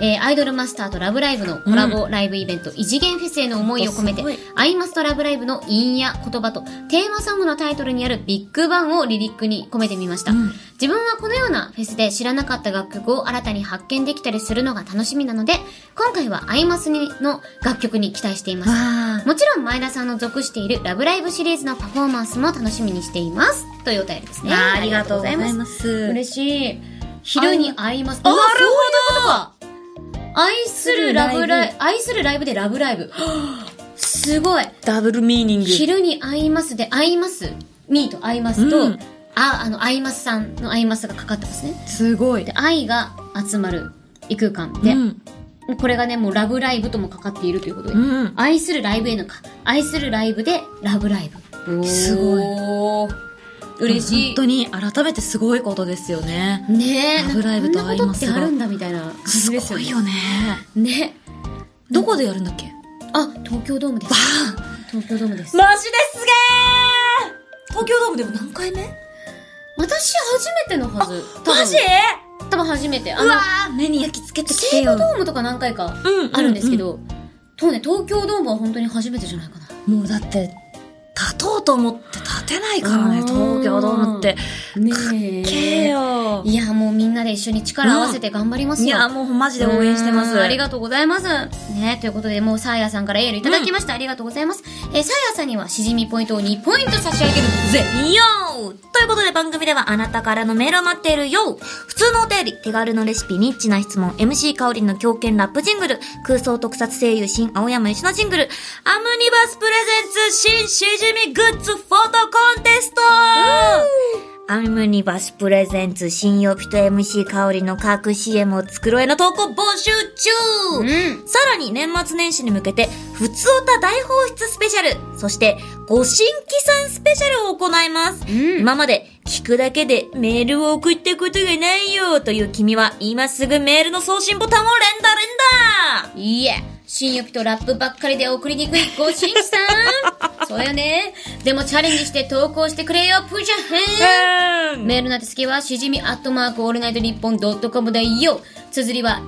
[SPEAKER 3] えーアイドルマスターとラブライブのコラボライブイベント、異次元フェスへの思いを込めて
[SPEAKER 6] ほんとすご、
[SPEAKER 3] アイマスとラブライブの陰や言葉と、テーマソングのタイトルにあるビッグバンをリリックに込めてみました。
[SPEAKER 6] ん
[SPEAKER 3] 自分はこのようなフェスで知らなかった楽曲を新たに発見できたりするのが楽しみなので、今回はアイマスにの楽曲に期待しています。
[SPEAKER 6] あ
[SPEAKER 3] もちろん前田さんの属している「ラブライブ!」シリーズのパフォーマンスも楽しみにしていますというお便りですね
[SPEAKER 6] ありがとうございます
[SPEAKER 3] 嬉しい昼に会いますあ
[SPEAKER 6] なる
[SPEAKER 3] ほど愛するラブライブ愛するライブでラブライブ すごい
[SPEAKER 6] ダブルミーニング
[SPEAKER 3] 昼に会いますで会いますミーと会いますと、
[SPEAKER 6] うん
[SPEAKER 3] ああの会いますさんの会いますがかかってますね
[SPEAKER 6] すごい
[SPEAKER 3] で愛が集まる異空間で、
[SPEAKER 6] うん
[SPEAKER 3] これがねもうラブライブともかかっているということで、
[SPEAKER 6] うん
[SPEAKER 3] 愛するライブへのか愛するライブでラブライブ
[SPEAKER 6] すごい
[SPEAKER 3] 嬉し
[SPEAKER 6] 本当に改めてすごいことですよね
[SPEAKER 3] いねえ
[SPEAKER 6] ラブライブと
[SPEAKER 3] なんかこんなことってあるんだみたいな感じですよね
[SPEAKER 6] ね
[SPEAKER 3] ね
[SPEAKER 6] どこでやるんだっけ
[SPEAKER 3] あ東京ドームです東京ドームです、ま、
[SPEAKER 6] マジですげー東京ドームでも何回目
[SPEAKER 3] 私初めてのはず多分
[SPEAKER 6] マジ
[SPEAKER 3] 多分初めてあ
[SPEAKER 6] う
[SPEAKER 3] の
[SPEAKER 6] わー目に焼き付けてきて
[SPEAKER 3] 西
[SPEAKER 6] よ
[SPEAKER 3] 武ドームとか何回か
[SPEAKER 6] うん
[SPEAKER 3] あるんですけど、とね東京ドームは本当に初めてじゃないかな
[SPEAKER 6] もうだって立とうと思って立てないからね
[SPEAKER 3] うん
[SPEAKER 6] 東京ドームって
[SPEAKER 3] ね
[SPEAKER 6] けーよ
[SPEAKER 3] いやもうみんなで一緒に力合わせて頑張りますよ、
[SPEAKER 6] いやもうマジで応援してま
[SPEAKER 3] う
[SPEAKER 6] す
[SPEAKER 3] んありがとうございます。ね、ということで、もうサーヤさんからエールいただきました。ありがとうございます。えーサーヤさんには、しじみポイントを2ポイント差し上げるぜ。
[SPEAKER 2] よーということで番組ではあなたからのメールを待っているよ普通のお便り、手軽のレシピ、ニッチな質問、MC 香りの狂犬ラップジングル、空想特撮声優新青山吉野ジングル、アムニバスプレゼンツ新しじみグッズフォトコンテストアムニバスプレゼンツ新曜日と MC 香りの各 CM を作ろうへの投稿募集中、
[SPEAKER 3] うん。
[SPEAKER 2] さらに年末年始に向けて、ふつおた大放出スペシャル、そして、ご新規さんスペシャルを行います。
[SPEAKER 3] うん。
[SPEAKER 2] 今まで、聞くだけでメールを送ったことがないよという君は、今すぐメールの送信ボタンを連打連打
[SPEAKER 3] いいえ。新予備とラップばっかりで送りにくいご新規さ ん。そうよね。でもチャレンジして投稿してくれよ、プ ジャヘン。メールの宛先は、しじみアットマークオールナイトニッポンドットコムだよ。綴りは、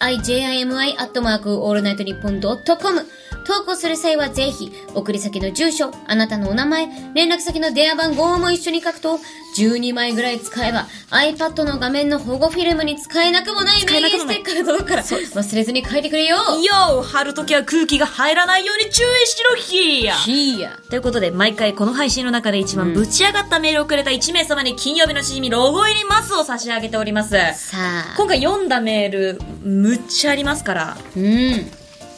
[SPEAKER 3] shijimi アットマークオールナイトニッポンドットコム。投稿する際はぜひ、送り先の住所、あなたのお名前、連絡先の電話番号も一緒に書くと、12枚ぐらい使えば、iPad の画面の保護フィルムに使えなくもないメインステッカーが届くから、忘れずに書いてくれよ。
[SPEAKER 2] よー貼るときは空気が入らないように注意しろひーや
[SPEAKER 3] いいや。
[SPEAKER 2] ということで、毎回この配信の中で一番ぶち上がったメールをくれた1名様に金曜日のしじみロゴ入りマスを差し上げております。
[SPEAKER 3] さあ、
[SPEAKER 2] 今回読んだメール、むっちゃありますから、
[SPEAKER 3] うん。い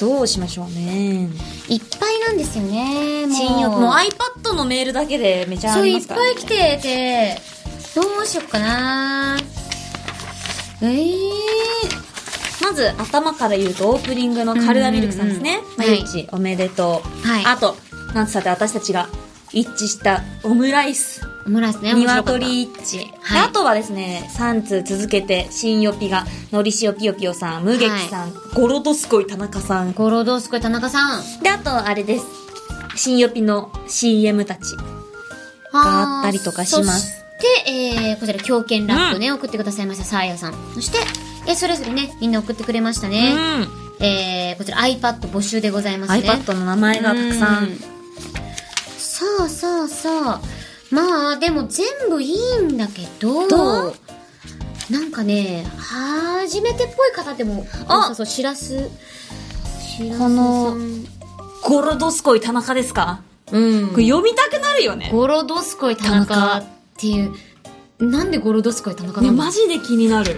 [SPEAKER 2] どうしましょうね。
[SPEAKER 3] っぱいなんですよね。もう
[SPEAKER 2] 新欲もう iPad のメールだけでめちゃあ
[SPEAKER 3] そう
[SPEAKER 2] り
[SPEAKER 3] い
[SPEAKER 2] ま
[SPEAKER 3] っ
[SPEAKER 2] すから、ね。
[SPEAKER 3] ぱい来てて、どうしよっかなえー、
[SPEAKER 2] まず、頭から言うと、オープニングのカルダミルクさんですね。
[SPEAKER 3] うんうんうん
[SPEAKER 2] まあ、
[SPEAKER 3] は
[SPEAKER 2] ゆ
[SPEAKER 3] いう
[SPEAKER 2] ち、おめでとう。
[SPEAKER 3] はい
[SPEAKER 2] あと、なんつったって私たちが一致したオムライス。
[SPEAKER 3] オムライスね、面白かった。
[SPEAKER 2] 鶏一致。
[SPEAKER 3] はい
[SPEAKER 2] であとはですね、3通続けて、新よぴが、のりしおぴよぴよさん、無劇さん、ゴロドスコイ田中さん。
[SPEAKER 3] ゴロドスコイ田中さん。
[SPEAKER 2] で、あと、あれです。新よぴの CM たち。があったりとかします
[SPEAKER 3] そして、えー、こちら、狂犬ラップね、送ってくださいました、サーヤさん。そして、えーそれぞれね、みんな送ってくれましたね。えー、こちら iPad 募集でございますね。
[SPEAKER 2] iPad の名前がたくさ。
[SPEAKER 3] うんそうそうそう。まあ、でも全部いいんだけど、
[SPEAKER 2] どう
[SPEAKER 3] なんかね、初めてっぽい方でも、
[SPEAKER 2] あ
[SPEAKER 3] そうそう、しらす。しらすさん
[SPEAKER 2] このゴロドスコイ田中ですか
[SPEAKER 3] うん
[SPEAKER 2] こ。れ読みたくなるよね。
[SPEAKER 3] ゴロドスコイ田
[SPEAKER 2] 田中
[SPEAKER 3] 中っていう、なんでゴロドスコイ田中
[SPEAKER 2] ね、
[SPEAKER 3] なの、
[SPEAKER 2] マジで気になる。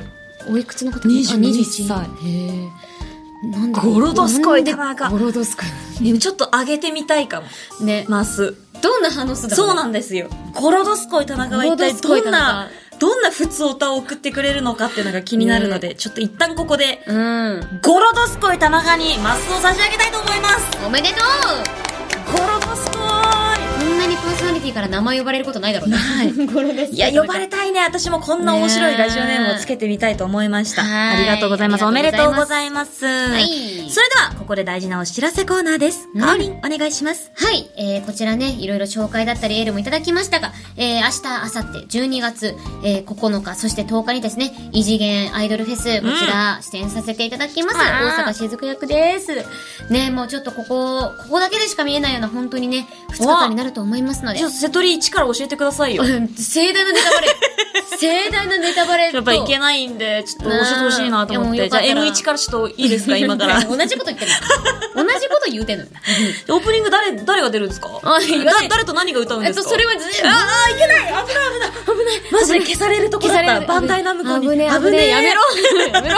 [SPEAKER 3] おいくつの方
[SPEAKER 2] 21
[SPEAKER 3] あ
[SPEAKER 2] 歳
[SPEAKER 3] へえ。なんで
[SPEAKER 2] ゴロドスコイ田中
[SPEAKER 3] なんでゴロドスコイ
[SPEAKER 2] ね、ちょっと上げてみたいかも。
[SPEAKER 3] ね、
[SPEAKER 2] マス。
[SPEAKER 3] どんな反応するだろ
[SPEAKER 2] そう
[SPEAKER 3] ね
[SPEAKER 2] なんですよ。ゴロドスコイ田中は一体
[SPEAKER 3] ゴロドスコイ
[SPEAKER 2] どん
[SPEAKER 3] 田
[SPEAKER 2] な
[SPEAKER 3] 中、
[SPEAKER 2] どんな普通歌を送ってくれるのかっていうのが気になるので、ちょっと一旦ここで、
[SPEAKER 3] うん。
[SPEAKER 2] ゴロドスコイ田中にマスを差し上げたいと思います。
[SPEAKER 3] おめでとう
[SPEAKER 2] ゴロドスコイ
[SPEAKER 3] こんなにパーソナリティから名前呼ばれることないだろうね。
[SPEAKER 8] はい
[SPEAKER 2] いや、呼ばれたいね。私もこんな面白いラジオネームをつけてみたいと思いました。
[SPEAKER 3] はい
[SPEAKER 8] ありがとうございます。お
[SPEAKER 3] あ
[SPEAKER 8] め
[SPEAKER 3] り
[SPEAKER 8] で
[SPEAKER 3] が
[SPEAKER 8] と
[SPEAKER 3] と
[SPEAKER 8] う
[SPEAKER 3] う
[SPEAKER 8] ご
[SPEAKER 3] ご
[SPEAKER 8] ざ
[SPEAKER 3] ざ
[SPEAKER 8] います。
[SPEAKER 3] い
[SPEAKER 8] それでは、ここで大事なお知らせコーナーです。
[SPEAKER 3] ん
[SPEAKER 8] かおりん、お願いします。
[SPEAKER 3] はい、えー、こちらね、いろいろ紹介だったりエールもいただきましたが、えー、明日、明後日、12月、えー、9日、そして10日にですね、異次元アイドルフェス、こちら、出演させていただきます。
[SPEAKER 8] わあ
[SPEAKER 3] 大阪雫役です。ね、もうちょっとここ、ここだけでしか見えないような、本当にね、2日間になると思いますので
[SPEAKER 2] ちょっ。と瀬戸り1から教えてくださいよ。
[SPEAKER 3] うん盛大なネタ バレ。盛大なネタバレと。
[SPEAKER 2] やっぱいけないんで、ちょっと教えてほしいなと思っ
[SPEAKER 3] ねえ
[SPEAKER 2] て。
[SPEAKER 3] い
[SPEAKER 2] じ
[SPEAKER 3] や
[SPEAKER 2] ゃあ
[SPEAKER 3] もうよかっ
[SPEAKER 2] M1
[SPEAKER 3] たら
[SPEAKER 2] からちょっといいですか、今 から。
[SPEAKER 3] 同じこと言ってる。同じこと言うてんの。
[SPEAKER 2] オープニング誰、誰が出るんですか
[SPEAKER 3] あ言わない
[SPEAKER 2] だ誰と何が歌うんで
[SPEAKER 3] えっ
[SPEAKER 2] す
[SPEAKER 3] と、
[SPEAKER 2] か
[SPEAKER 3] それはず、ああ、いけない危ない危ない危ない
[SPEAKER 2] マジで消されるとこだっ
[SPEAKER 3] 消さ
[SPEAKER 2] た。
[SPEAKER 3] れる
[SPEAKER 2] バンダイナムコに。
[SPEAKER 3] 危ねえ
[SPEAKER 2] 危
[SPEAKER 3] 危
[SPEAKER 2] ね
[SPEAKER 3] ね
[SPEAKER 2] え
[SPEAKER 3] えやめろやめろ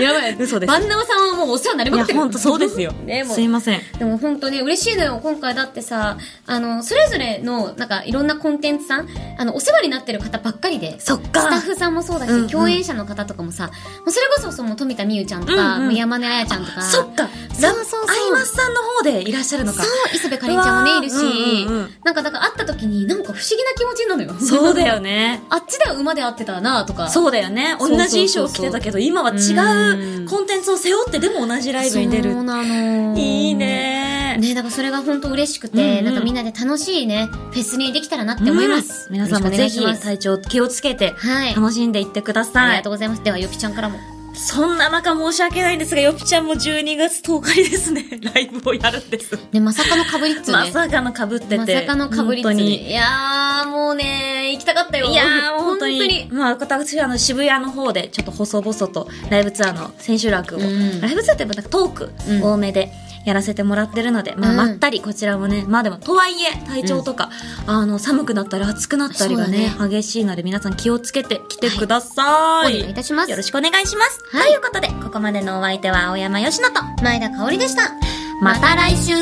[SPEAKER 3] やばい。
[SPEAKER 2] 嘘です
[SPEAKER 3] バンナムさんはもうお世話にな
[SPEAKER 2] い
[SPEAKER 3] りまく
[SPEAKER 2] や、
[SPEAKER 3] ってる。
[SPEAKER 2] ほんとそうですよ。
[SPEAKER 3] ね、もう
[SPEAKER 2] すい。ません。
[SPEAKER 3] でも本当ね、嬉しいのよ。今回だってさ、あの、それぞれの、なんか、いろんなコンテンツさん、あの、お世話になってる方ばっかりで、
[SPEAKER 8] そっか
[SPEAKER 3] スタッフさんもそうだし、
[SPEAKER 8] うんうん
[SPEAKER 3] 共演者の方とかもさ、もうそれこそ、その、富田美優ちゃんとか、
[SPEAKER 2] うんうん
[SPEAKER 3] 山根彩ちゃんとか、
[SPEAKER 2] そっか。
[SPEAKER 3] そうそうそう
[SPEAKER 2] ラアイマスさんの方でいらっしゃるのか
[SPEAKER 3] そ。う、磯部かりんちゃんもね、いるし、
[SPEAKER 2] うわーうんうんうん
[SPEAKER 3] なんか、だから会った時に、なんか不思議な気持ちになるのよ。
[SPEAKER 2] そうだよね。
[SPEAKER 3] あっちでは馬で会ってたなとか。
[SPEAKER 2] そうだよね。同
[SPEAKER 3] そうそうそうそう
[SPEAKER 2] じ衣装着てたけど、今は違ううコンテンツを背負って、でも同じライブに出る
[SPEAKER 3] そう。なの。
[SPEAKER 2] いい。ね
[SPEAKER 3] ね、だからそれが本当嬉しく
[SPEAKER 2] うん
[SPEAKER 3] て、
[SPEAKER 2] うん
[SPEAKER 3] なんかみんなで楽しいね、フェスにできたらなって思います。
[SPEAKER 8] 皆さんも
[SPEAKER 3] よろ
[SPEAKER 8] ぜ
[SPEAKER 3] し
[SPEAKER 8] ひ
[SPEAKER 3] くお願いします
[SPEAKER 8] 体調気をつけて
[SPEAKER 3] はい。
[SPEAKER 8] 楽しんでいってくだ
[SPEAKER 3] あり
[SPEAKER 8] さ
[SPEAKER 3] が
[SPEAKER 8] い
[SPEAKER 3] と。うございます。では、ゆきちゃんからも。
[SPEAKER 2] そんな中申し訳ないんですが、よぴちゃんも12月10日にですね、ライブをやるんです。
[SPEAKER 3] ね、まさかのかぶりっつう
[SPEAKER 2] ま
[SPEAKER 3] ね。
[SPEAKER 2] さかの被ってて。
[SPEAKER 3] まさかのかぶりっつう
[SPEAKER 2] 本当
[SPEAKER 3] ね。
[SPEAKER 2] に。
[SPEAKER 3] いやー、もうね、行きたかったよ。
[SPEAKER 2] いやー、本当に。
[SPEAKER 3] 本当に
[SPEAKER 2] まあ、私はあの、渋谷の方で、ちょっと細々と、ライブツアーの千秋楽を、
[SPEAKER 3] うん
[SPEAKER 2] ライブツアーってやっぱなんかトーク
[SPEAKER 3] うん
[SPEAKER 2] 多めで、やらせてもらってるので、まあ、
[SPEAKER 3] うん
[SPEAKER 2] まったり、こちらもね、まあでも、とはいえ、体調とか、あの、寒くなったり、暑くなったりがね
[SPEAKER 3] そう、
[SPEAKER 2] 激しいので、皆さん気をつけて来てくださ
[SPEAKER 3] お願
[SPEAKER 2] い。
[SPEAKER 3] いいたします。
[SPEAKER 8] よろしくお願いします。
[SPEAKER 3] はい
[SPEAKER 8] ということで、ここまでのお相手は青山よしのと、
[SPEAKER 3] 前田香織でした。
[SPEAKER 8] また来週